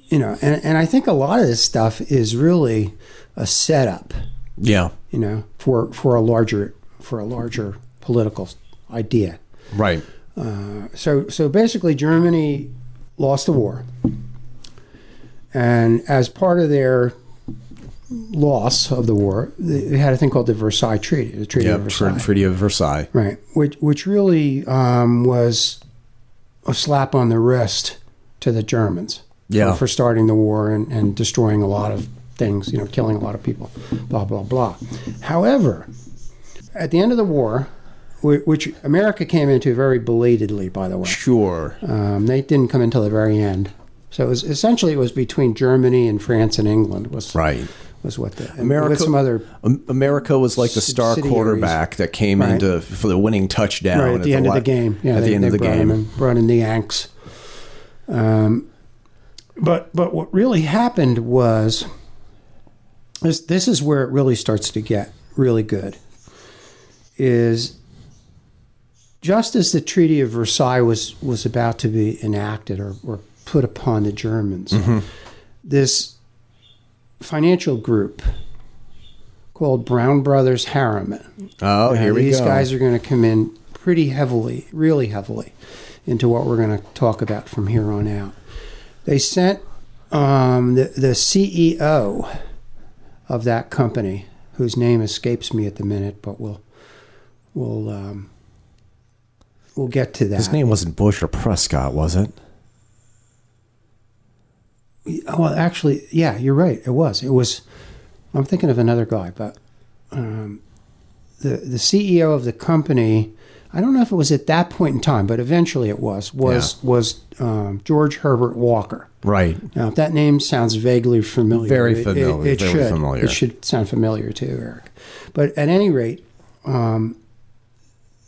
B: you know and and i think a lot of this stuff is really a setup
A: Yeah.
B: you know for for a larger for a larger political idea
A: Right.
B: so so basically Germany lost the war. And as part of their loss of the war, they had a thing called the Versailles Treaty, the Treaty
A: Yeah.
B: of
A: Tre-
B: Versailles.
A: Treaty of Versailles.
B: Right, which which really um, was a slap on the wrist to the Germans
A: Yeah.
B: for, for starting the war and, and destroying a lot of things, you know, killing a lot of people, blah blah blah. However, at the end of the war, whi- which America came into very belatedly, by the way,
A: Sure.
B: um, they didn't come until the very end. So it was essentially it was between Germany and France and England was
A: Right.
B: was what the
A: America-
B: with some other
A: Am- America was like the star
B: Subsidiaries.
A: quarterback that came
B: Right.
A: into for the winning touchdown
B: right at the end of
A: la-
B: the game. Yeah,
A: at
B: they,
A: the end of
B: they
A: the
B: brought
A: game.
B: in, brought in the Yanks. Um, but but what really happened was this. This is where it really starts to get really good. Is just as the Treaty of Versailles was was about to be enacted or, or put upon the Germans,
A: Mm-hmm.
B: this financial group called Brown Brothers Harriman
A: Oh,
B: uh,
A: here we
B: these
A: go.
B: guys are going to come in pretty heavily, really heavily, into what we're going to talk about from here on out. They sent um, the, the E CEO of that company, whose name escapes me at the minute, but we'll we'll um, we'll get to that.
A: His name wasn't Bush or Prescott, was it?
B: Oh, well, actually, yeah, you're right. It was. It was. I'm thinking of another guy, but um, the the CEO of the company. I don't know if it was at that point in time, but eventually it was. Was was um, George Herbert Walker.
A: Right.
B: Now, if that name sounds vaguely familiar,
A: Very
B: it- it-
A: familiar,
B: It,
A: very
B: should.
A: familiar.
B: It should sound familiar to you, Eric. But at any rate, um,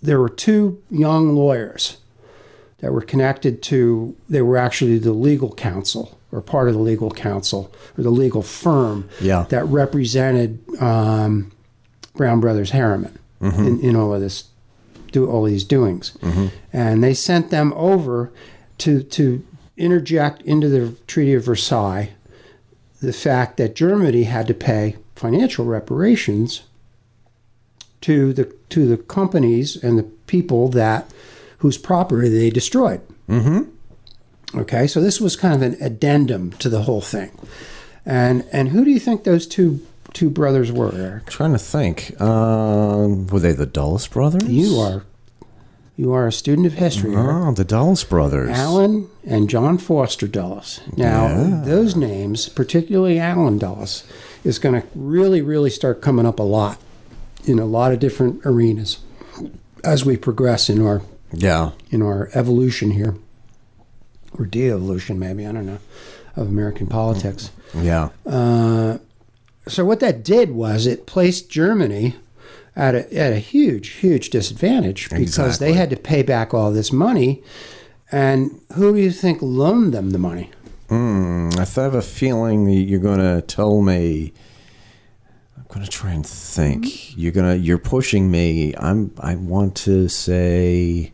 B: there were two young lawyers that were connected to. They were actually the legal counsel, or part of the legal counsel, or the legal firm
A: Yeah.
B: that represented um, Brown Brothers Harriman in, in all of this, do all these doings, and they sent them over to to interject into the Treaty of Versailles the fact that Germany had to pay financial reparations to the to the companies and the people that whose property they destroyed. Mm-hmm. Okay, so this was kind of an addendum to the whole thing, and and who do you think those two two brothers were? Eric?
A: trying to think. Um, were they the Dulles brothers?
B: You are you are a student of history, Eric.
A: Oh, the Dulles brothers.
B: Allen and John Foster Dulles. Now, those names, particularly Allen Dulles, is going to really, really start coming up a lot in a lot of different arenas as we progress in our
A: Yeah.
B: in our evolution here, or de-evolution, maybe I don't know, of American politics.
A: Yeah.
B: So what that did was it placed Germany at a, at a huge, huge disadvantage because
A: Exactly.
B: they had to pay back all this money. And who do you think loaned them the money?
A: Mm, I th- have a feeling that you're going to tell me. I'm going to try and think.
B: Mm-hmm.
A: You're going to. You're pushing me. I'm. I want to say.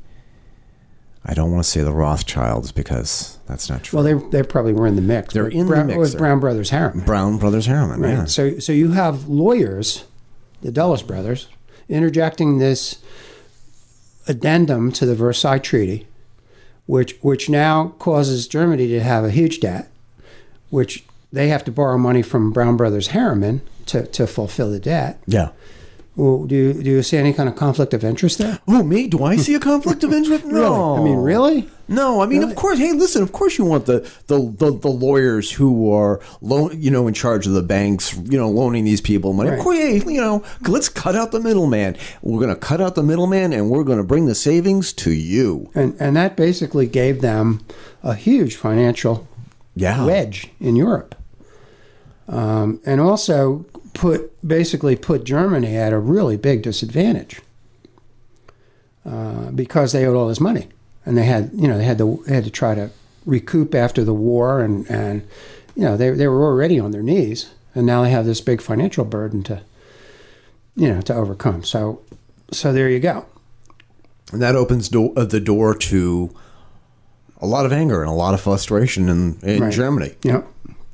A: I don't want to say the Rothschilds because that's not true.
B: Well, they they probably were in the mix.
A: They're
B: but
A: in the
B: Brown, It was
A: mixer.
B: Brown Brothers Harriman.
A: Brown Brothers Harriman.
B: Right.
A: Yeah.
B: So so you have lawyers, the Dulles brothers, interjecting this addendum to the Versailles Treaty, which which now causes Germany to have a huge debt, which they have to borrow money from Brown Brothers Harriman to, to fulfill the debt.
A: Yeah.
B: Well, do you, do you see any kind of conflict of interest there?
A: Oh, me? Do I see a conflict of interest? No.
B: Really? I mean, really?
A: No, I mean, of course. Hey, listen, of course you want the the, the, the lawyers who are loan, you know, in charge of the banks, you know, loaning these people money. Of
B: Right.
A: course, hey, you know, let's cut out the middleman. We're going to cut out the middleman, and we're going to bring the savings to you.
B: And and that basically gave them a huge financial
A: Yeah.
B: wedge in Europe, um, and also put basically put Germany at a really big disadvantage uh, because they owed all this money, and they had you know they had to they had to try to recoup after the war, and and you know they they were already on their knees, and now they have this big financial burden to you know to overcome. So so there you go.
A: And that opens do- uh, the door to a lot of anger and a lot of frustration in, in
B: Right.
A: Germany.
B: Yep.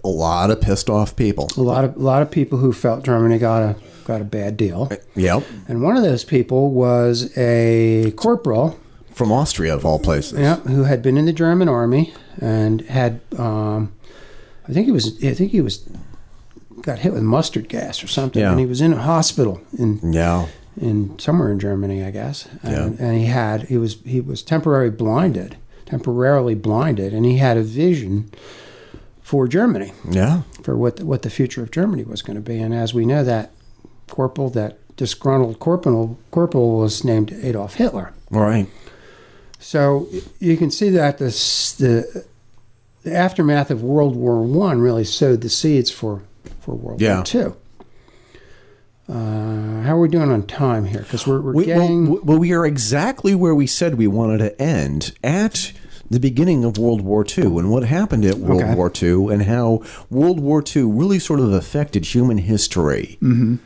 A: A lot of pissed off people.
B: a lot of a lot of people who felt Germany got a got a bad deal,
A: Yep.
B: and one of those people was a corporal,
A: From Austria, of all places.
B: yeah, who had been in the German army and had, um, I think he was, I think he was, got hit with mustard gas or something,
A: Yeah.
B: and he was in a hospital in
A: Yeah.
B: in somewhere in Germany, I guess, and, and he had he was he was temporarily blinded, temporarily blinded, and he had a vision for Germany
A: Yeah.
B: for what the, what the future of Germany was going to be. And as we know, that corporal, that disgruntled corporal, corporal was named Adolf Hitler.
A: All right.
B: So you can see that this, the the aftermath of World War One really sowed the seeds for for World
A: Yeah.
B: War Two. Uh, how are we doing on time here? Because we're, we're
A: We,
B: getting
A: well, well, we are exactly where we said we wanted to end at the beginning of World War II and what happened at World
B: Okay.
A: War II and how World War II really sort of affected human history.
B: Mm-hmm.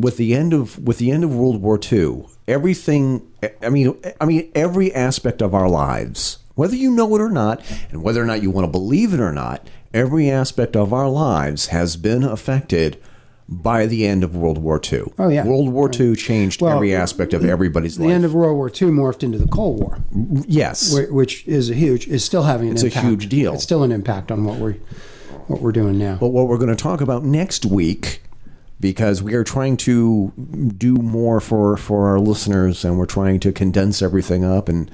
A: With the end of with the end of World War II, everything. e, I mean, I mean, every aspect of our lives, whether you know it or not, and whether or not you want to believe it or not, every aspect of our lives has been affected. By the end of World War II,
B: Oh, yeah.
A: World War II changed
B: Well,
A: every aspect of everybody's
B: the
A: life.
B: end of World War Two morphed into the Cold War,
A: yes,
B: whi- which is a huge is still having an
A: It's a
B: impact.
A: huge deal.
B: It's still an impact on what we're what we're doing now.
A: but what we're going to talk about next week, because we are trying to do more for for our listeners, and we're trying to condense everything up and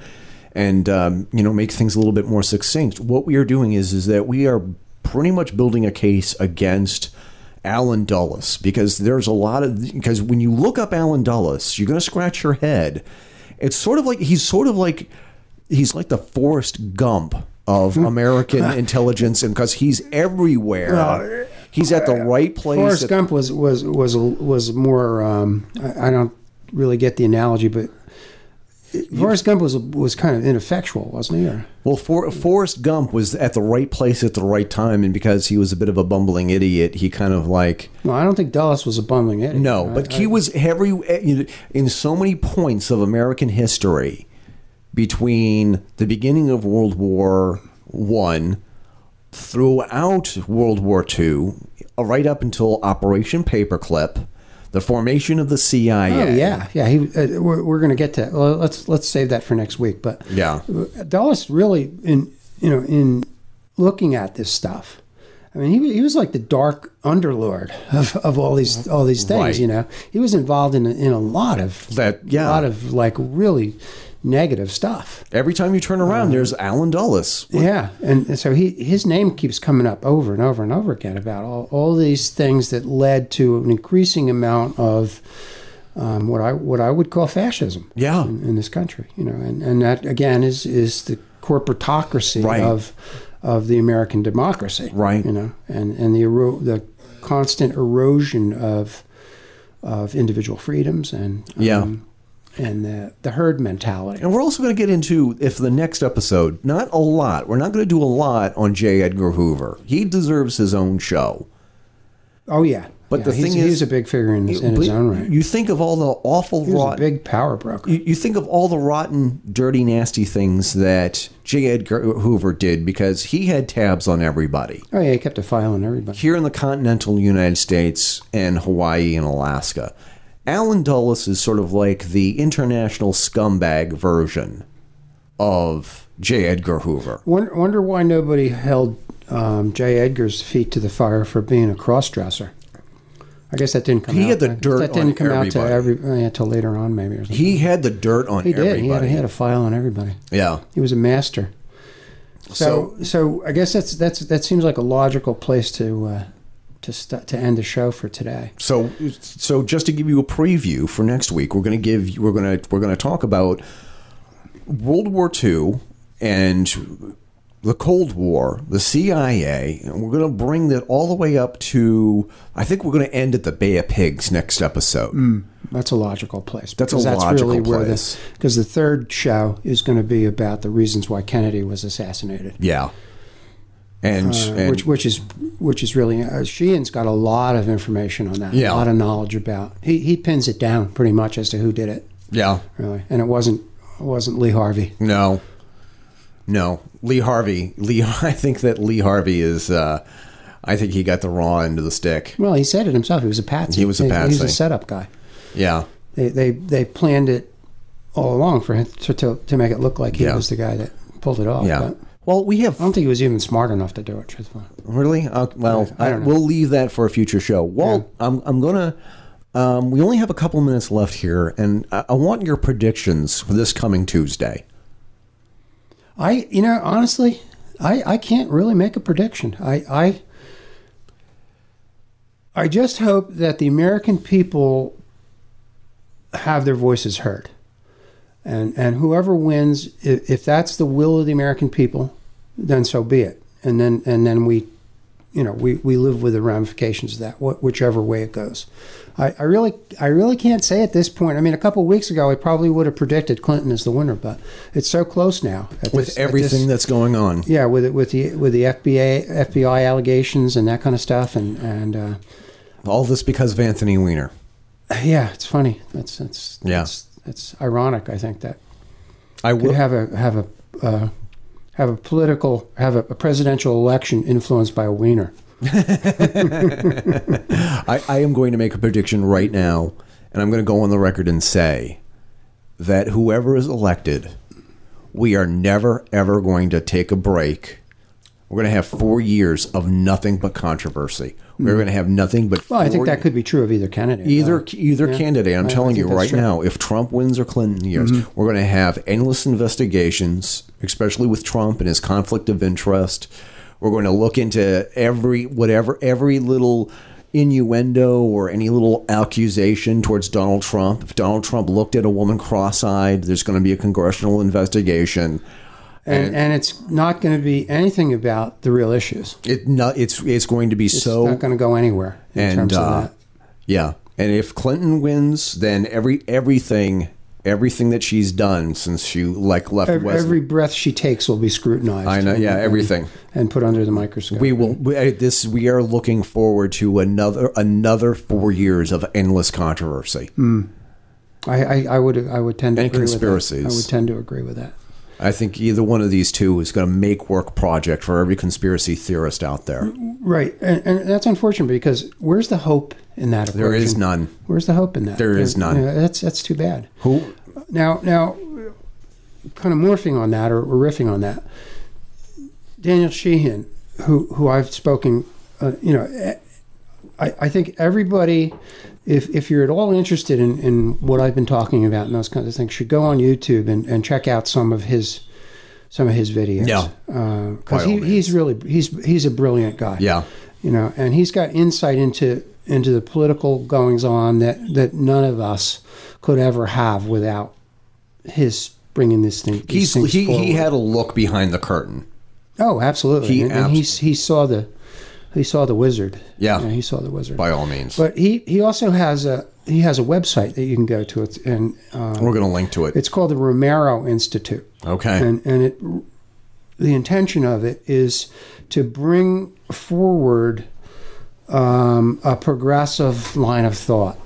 A: and um, you know make things a little bit more succinct. What we are doing is is that we are pretty much building a case against. Alan Dulles, because there's a lot of because when you look up Alan Dulles, you're going to scratch your head. It's sort of like he's sort of like he's like the Forrest Gump of American intelligence, and because he's everywhere, he's at the right place.
B: Forrest
A: at-
B: Gump was was was was more. Um, I, I don't really get the analogy, but Forrest Gump was was kind of ineffectual, wasn't he? Or,
A: Well, For, Forrest Gump was at the right place at the right time, and because he was a bit of a bumbling idiot, he kind of like
B: no, I don't think Dulles was a bumbling idiot.
A: no,
B: I-
A: but
B: I-
A: he was every in- in so many points of American history between the beginning of World War One throughout World War II, right up until Operation Paperclip, the formation of the CIA.
B: Oh yeah, yeah. He, uh, we're we're going to get to. that. Well, let's let's save that for next week. But
A: Yeah.
B: Dulles really in you know in looking at this stuff. I mean, he, he was like the dark underlord of, of all these all these things.
A: Right.
B: You know, he was involved in a, in a lot of
A: That- yeah.
B: a lot of like really negative stuff.
A: Every time you turn
B: Uh-huh.
A: around, there's Alan Dulles.
B: Yeah, and and so he his name keeps coming up over and over and over again about all, all these things that led to an increasing amount of um, what I what I would call fascism
A: Yeah.
B: in, in this country. You know, and, and that again is is the corporatocracy
A: Right.
B: of of the American democracy.
A: Right.
B: You know, and and the ero- the constant erosion of of individual freedoms and um,
A: Yeah.
B: and the the herd mentality.
A: And we're also going to get into if the next episode, not a lot. We're not going to do a lot on J. Edgar Hoover. He deserves his own show.
B: Oh yeah.
A: But
B: Yeah,
A: the
B: he's,
A: thing is-
B: he's a big figure in, his- in his
A: But
B: own right.
A: You think of all the awful
B: He was a
A: rotten.
B: big power broker.
A: you, you think of all the rotten, dirty, nasty things that J. Edgar Hoover did because he had tabs on everybody
B: Oh yeah, he kept a file on everybody.
A: here in the continental United States and Hawaii and Alaska. Alan Dulles is sort of like the international scumbag version of J. Edgar Hoover.
B: Wonder, wonder why nobody held um, J. Edgar's feet to the fire for being a cross-dresser. I guess that didn't come.
A: He
B: out.
A: had the
B: that-
A: dirt
B: That didn't
A: on
B: come out to
A: everybody.
B: every uh, yeah, till later on, maybe. Or something.
A: He had the dirt on
B: He did.
A: everybody.
B: He, had, he had a file on everybody.
A: yeah.
B: He was a master.
A: So-
B: So, so, I guess that's that's that seems like a logical place to uh, to st- to end the show for today.
A: So, so just to give you a preview for next week, we're going to give we're going to we're going to talk about World War II and the Cold War, the CIA, and we're going to bring that all the way up to. I think we're going to end at the Bay of Pigs next episode.
B: That's a logical place.
A: That's a
B: because
A: logical place.
B: this because the third show is going to be about the reasons why Kennedy was assassinated.
A: Yeah, and and
B: Uh, which which is which is really uh, Sheehan's got a lot of information on that.
A: Yeah.
B: a lot of knowledge about. He he pins it down pretty much as to who did it,
A: yeah,
B: really. And it wasn't it wasn't Lee Harvey.
A: no, no, Lee Harvey, Lee. I think that Lee Harvey is. Uh, I think he got the raw end of the stick.
B: Well, he said it himself. He was a patsy.
A: He was a
B: He was
A: patsy.
B: a setup guy.
A: Yeah,
B: They they they planned it all along for him to to, to make it look like he
A: Yeah.
B: was the guy that pulled it off.
A: yeah.
B: But
A: Well, we have
B: I don't think he was even smart enough to do it. Truthfully,
A: Really? Uh, well,
B: I
A: I
B: don't know.
A: we'll leave that for a future show. Walt, I'm, I'm gonna. Um, we only have a couple minutes left here, and I, I want your predictions for this coming Tuesday.
B: I you know honestly, I I can't really make a prediction. I I I just hope that the American people have their voices heard, and and whoever wins, if, if that's the will of the American people, then so be it. And then and then we, you know, we, we live with the ramifications of that, wh- whichever way it goes. I, I really I really can't say at this point. I mean, a couple of weeks ago, I probably would have predicted Clinton as the winner, but it's so close now. at
A: With
B: this- at
A: everything
B: this-
A: that's going on,
B: yeah, with it with the with the FBI FBI allegations and that kind of stuff, and and uh,
A: all this because of Anthony Weiner.
B: yeah, it's funny. That's that's
A: Yeah.
B: that's, that's ironic. I think that
A: I
B: could
A: will.
B: have a have a uh, have a political have a, a presidential election influenced by a wiener.
A: I, I am going to make a prediction right now, and I'm going to go on the record and say that whoever is elected, we are never ever going to take a break. We're going to have four years of nothing but controversy. We're going to have nothing but.
B: Hmm. Well, I think
A: four
B: that could be true of either candidate.
A: Either
B: though.
A: either
B: Uh, Yeah.
A: candidate, I'm
B: I- I
A: telling you
B: think that's
A: right
B: true. Mm-hmm.
A: now, if Trump wins or Clinton years, we're going to have endless investigations, especially with Trump and his conflict of interest. We're going to look into every whatever every little innuendo or any little accusation towards Donald Trump. If Donald Trump looked at a woman cross-eyed, there's going to be a congressional investigation.
B: and and it's not going to be anything about the real issues.
A: It no, it's it's going to be
B: It's
A: so uh,
B: not going to go anywhere in terms of that.
A: yeah, and if Clinton wins, then every everything everything that she's done since she like left
B: Every,
A: West,
B: every breath she takes will be scrutinized.
A: I know, yeah, everything.
B: and put under the microscope.
A: we will we, uh, this we are looking forward to another another four years of endless controversy.
B: Hmm. I, I, I would I would tend to
A: And
B: agree With that. I
A: conspiracies.
B: would tend to agree with that.
A: I think either one of these two is going to make work project for every conspiracy theorist out there.
B: Right, and, and that's unfortunate because where's the hope in that? Equation?
A: There is none.
B: Where's the hope in that?
A: There is none.
B: you know, that's that's too bad.
A: Who
B: Now now, kind of morphing on that or, or riffing on that. Daniel Sheehan, who who I've spoken, uh, you know, eh, I, I think everybody, if if you're at all interested in, in what I've been talking about and those kinds of things, should go on YouTube and, and check out some of his some of his videos.
A: Yeah. By
B: because
A: all
B: he,
A: means.
B: he's really he's he's a brilliant guy
A: Yeah.
B: you know, and he's got insight into into the political goings on that that none of us could ever have without his bringing this thing.
A: he's
B: these things
A: he, he
B: forward.
A: had a look behind the curtain.
B: oh, absolutely,
A: he
B: and, and
A: abs-
B: he's he saw the he saw the wizard.
A: Yeah.
B: You know, he saw the wizard.
A: By all means,
B: But he he also has a he has a website that you can go to. It's and uh,
A: we're going to link to it.
B: it's called the Romero Institute.
A: Okay.
B: and and it the intention of it is to bring forward um, a progressive line of thought.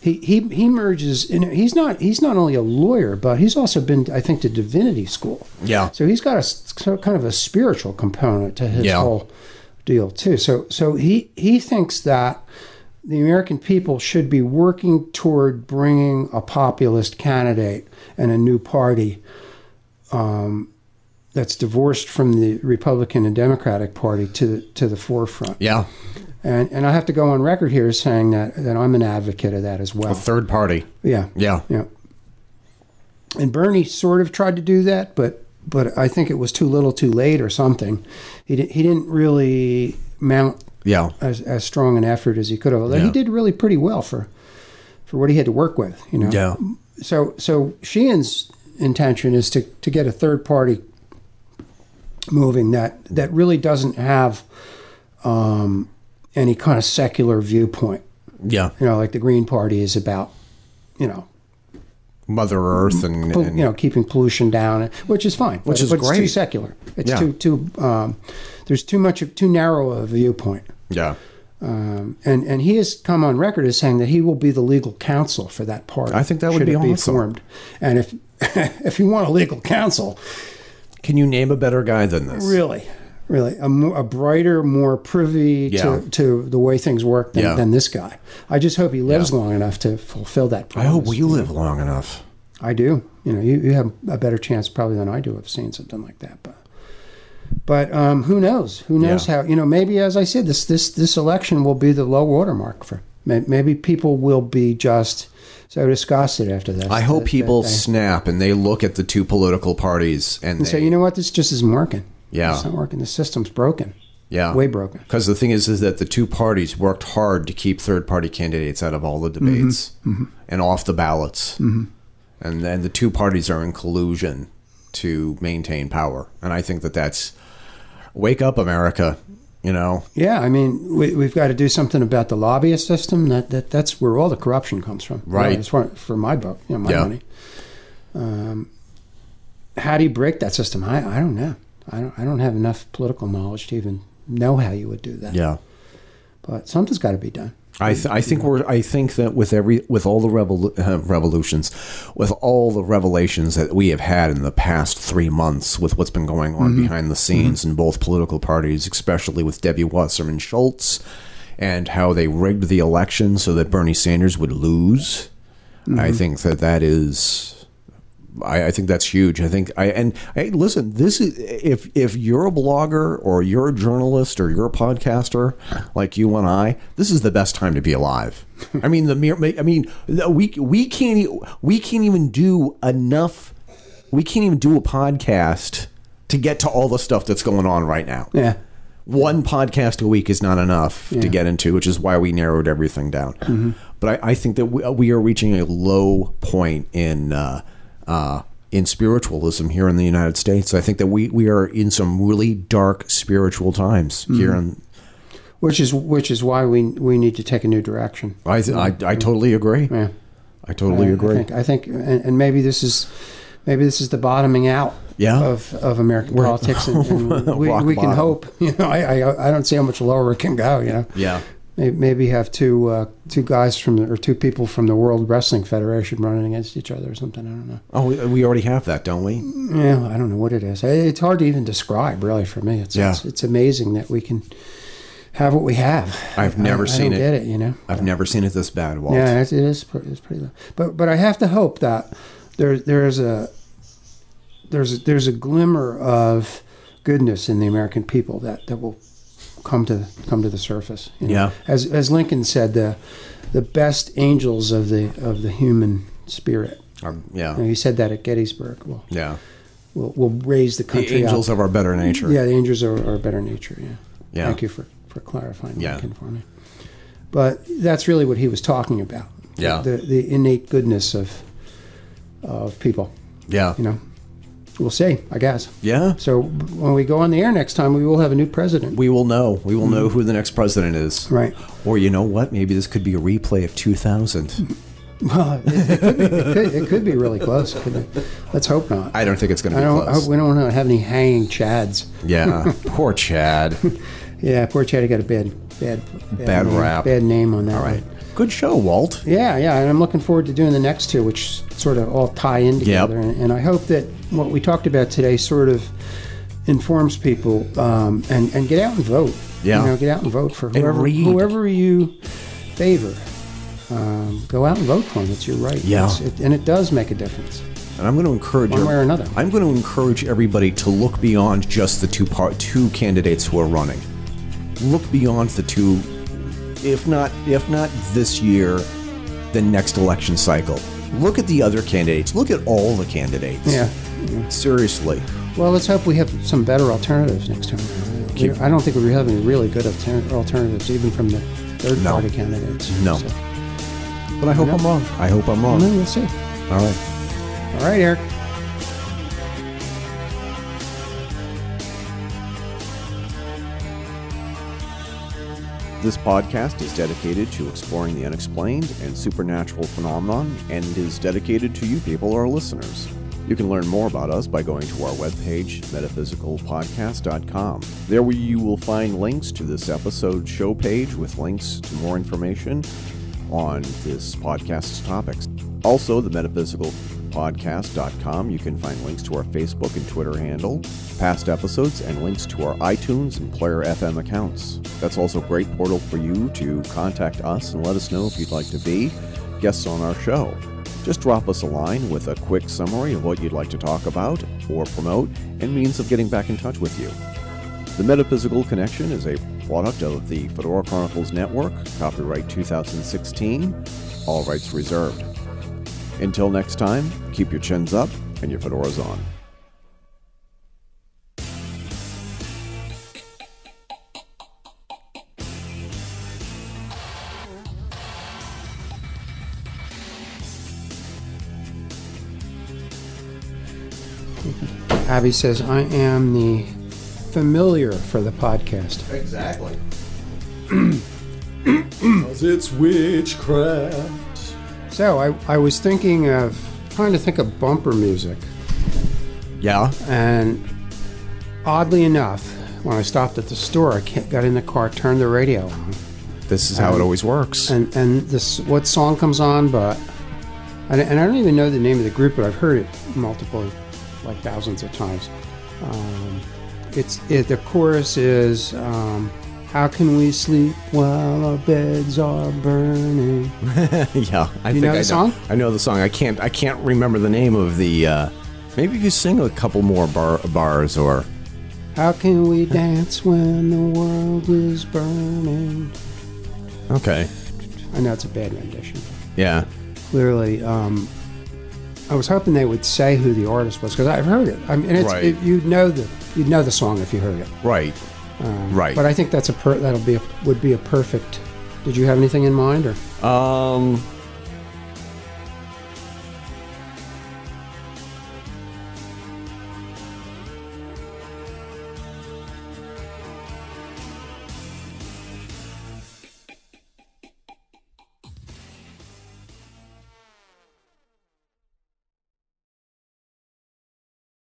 B: He he he merges. In, he's not he's not only a lawyer, but he's also been I think to divinity school.
A: yeah.
B: So he's got a s- so kind of a spiritual component to his
A: Yeah.
B: whole deal too. So so he he thinks that the American people should be working toward bringing a populist candidate and a new party um, that's divorced from the Republican and Democratic Party to the, to the forefront.
A: Yeah.
B: And, and I have to go on record here as saying that, that I'm an advocate of that as
A: A
B: well.
A: third party.
B: Yeah.
A: Yeah.
B: Yeah. And Bernie sort of tried to do that, but but I think it was too little, too late, or something. He didn't he didn't really mount
A: Yeah.
B: as, as strong an effort as he could have. Although
A: Yeah.
B: he did really pretty well for for what he had to work with, you know.
A: Yeah.
B: So so Sheehan's intention is to to get a third party moving that that really doesn't have um, any kind of secular viewpoint.
A: Yeah.
B: You know, like the Green Party is about, you know,
A: Mother Earth and,
B: pol-
A: and
B: you know keeping pollution down, which is fine.
A: Which
B: but,
A: is
B: but It's too
A: great.
B: secular. It's
A: Yeah.
B: too too. Um, there's too much of too narrow a viewpoint.
A: yeah.
B: Um, and and he has come on record as saying that he will be the legal counsel for that party.
A: I think that would
B: should
A: be
B: it
A: awesome.
B: formed. And if if you want a legal counsel,
A: Can you name a better guy than this?
B: really, really a, mo- a brighter, more privy
A: Yeah.
B: to, to the way things work than,
A: Yeah.
B: than this guy. I just hope he lives long enough to fulfill that.
A: I
B: Promise.
A: hope you live long enough.
B: I do. You know, you, you have a better chance probably than I do of seeing something like that. But but um, who knows? Who knows
A: Yeah.
B: how? You know, maybe as I said, this this this election will be the low watermark for. may- Maybe people will be just so disgusted after this.
A: I hope
B: that-
A: people
B: that they-
A: snap and they look at the two political parties and,
B: and
A: they,
B: say, you know what, this just isn't working.
A: Yeah.
B: it's not working. The system's broken,
A: yeah,
B: way broken.
A: Because the thing is, is that the two parties worked hard to keep third-party candidates out of all the
B: Mm-hmm.
A: debates and off the ballots, mm-hmm. and then the two parties are in collusion to maintain power. And I think that that's wake up, America. You know,
B: Yeah, I mean, we, we've got to do something about the lobbyist system. That, that that's where all the corruption comes from.
A: Right.
B: Really, It's for, for my book, you know, my
A: Yeah.
B: money. Um, how do you break that system? I, I don't know. I don't I don't have enough political knowledge to even know how you would do that.
A: yeah.
B: But something's got to be done.
A: I, th- I think we're I think that with every with all the revol- uh, revolutions, with all the revelations that we have had in the past three months, with what's been going on behind the scenes in both political parties, especially with Debbie Wasserman Schultz, and how they rigged the election so that Bernie Sanders would lose, I think that that is I, I think that's huge. I think I and hey, listen, this is if if you're a blogger or you're a journalist or you're a podcaster like you and I, this is the best time to be alive. I mean the mere. I mean the- we we can't e- we can't even do enough. We can't even do a podcast to get to all the stuff that's going on right now.
B: Yeah.
A: One podcast a week is not enough
B: Yeah. Mm-hmm.
A: to get into, which is why we narrowed everything down. But I, I think that we, we are reaching a low point in uh, uh, in spiritualism here in the United States. I think that we, we are in some really dark spiritual times
B: Mm-hmm.
A: here in.
B: Which is which is why we we need to take a new direction.
A: I, th- I I totally agree.
B: Yeah.
A: I totally
B: I
A: agree.
B: think, I think and, and maybe this is maybe this is the bottoming out
A: Yeah.
B: of, of American politics, and, and we,
A: Rock
B: we can
A: bottom.
B: hope. You know, I, I I don't see how much lower it can go. You know,
A: yeah.
B: May- maybe have two uh, two guys from the, or two people from the World Wrestling Federation running against each other or something. I don't know.
A: Oh, we- we already have that, don't we?
B: Yeah, I don't know what it is. It- It's hard to even describe, really, for me. It's
A: Yeah.
B: it's, it's amazing that we can have what we have.
A: I've never
B: I, I
A: seen
B: don't
A: it.
B: Get it? You know.
A: I've never seen it this bad, Walt.
B: Yeah, it's, it is. pre- It's pretty low. But but I have to hope that there there's a there's a, there's a glimmer of goodness in the American people that, that will come to come to the surface. you know.
A: Yeah.
B: As as Lincoln said, the the best angels of the of the human spirit.
A: Um, yeah.
B: You know, he said that at Gettysburg. Will
A: Yeah.
B: will will raise the
A: The
B: country.
A: angels
B: up.
A: of our better nature.
B: Yeah, the angels are, are better nature. Yeah.
A: Yeah.
B: Thank you for, for clarifying
A: Yeah.
B: Lincoln for me. But that's really what he was talking about.
A: Yeah.
B: The, the innate goodness of of people.
A: Yeah.
B: You know, we'll see. I guess.
A: Yeah.
B: So when we go on the air next time, we will have a new president.
A: We will know. We will know who the next president is.
B: Mm-hmm. Right.
A: Or you know what? Maybe this could be a replay of 2000.
B: Well, it, it, could, be, it, could, it could be really close. Could be. Let's hope not.
A: I don't think it's going to
B: I
A: be
B: don't. I hope
A: close.
B: we don't want to have any hanging chads.
A: yeah. Poor Chad.
B: Yeah, poor Chad got a bad, bad,
A: Bad
B: name-
A: rap.
B: bad name on that.
A: All
B: one.
A: right. Good show, Walt.
B: Yeah, yeah, and I'm looking forward to doing the next two, which sort of all tie in together. And, and I hope that what we talked about today sort of informs people um, and and get out and vote.
A: Yeah.
B: you know, get out and vote for whoever
A: read.
B: whoever you favor, um, go out and vote for them. It's your right.
A: Yeah.
B: It's- it, and it does make a difference.
A: And I'm going to encourage
B: One way or another.
A: I'm going to encourage everybody to look beyond just the two part two candidates who are running. Look beyond the two, if not if not this year, the next election cycle. Look at the other candidates. Look at all the candidates.
B: Yeah.
A: Seriously.
B: Well, let's hope we have some better alternatives next time. around. We- I don't think we have any really good alter- alternatives, even from the third
A: No.
B: party candidates.
A: No.
B: So,
A: But I hope I'm wrong. Mm-hmm. I hope I'm
B: well,
A: wrong.
B: then we'll see.
A: All right.
B: All right, Eric.
A: This podcast is dedicated to exploring the unexplained and supernatural phenomenon and is dedicated to you people, our listeners. You can learn more about us by going to our webpage, metaphysicalpodcast.com. There we- you will find links to this episode show page with links to more information on this podcast's topics. Also, the metaphysicalpodcast.com. You can find links to our Facebook and Twitter handle, past episodes, and links to our iTunes and Player FM accounts. That's also a great portal for you to contact us and let us know if you'd like to be guests on our show. Just drop us a line with a quick summary of what you'd like to talk about or promote and means of getting back in touch with you. The Metaphysical Connection is a product of the Fedora Chronicles Network, copyright 2016, all rights reserved. Until next time, keep your chins up and your fedoras on.
B: Abby says, I am the familiar for the podcast.
A: Exactly. Cause it's witchcraft.
B: So I, I was thinking of trying to think of bumper music.
A: Yeah.
B: And oddly enough, when I stopped at the store, I ca- got in the car, turned the radio on.
A: This is how it always works.
B: And, and this what song comes on, but. And, and I don't even know the name of the group, but I've heard it multiple, like thousands of times. Um, it's it, The chorus is um, How can we sleep while our beds are burning?
A: yeah. I
B: You
A: think
B: know
A: I
B: the song?
A: I know the song. I can't I can't remember the name of the uh maybe if you sing a couple more bar, bars or
B: How can we dance when the world is burning?
A: Okay.
B: I know it's a bad rendition.
A: Yeah.
B: Clearly, um, I was hoping they would say who the artist was because I've heard it. I mean, it's,
A: Right.
B: it, you'd know the you'd know the song if you heard it.
A: Right.
B: Um,
A: Right.
B: But I think that's a per- that'll be a, would be a perfect. Did you have anything in mind or
A: Um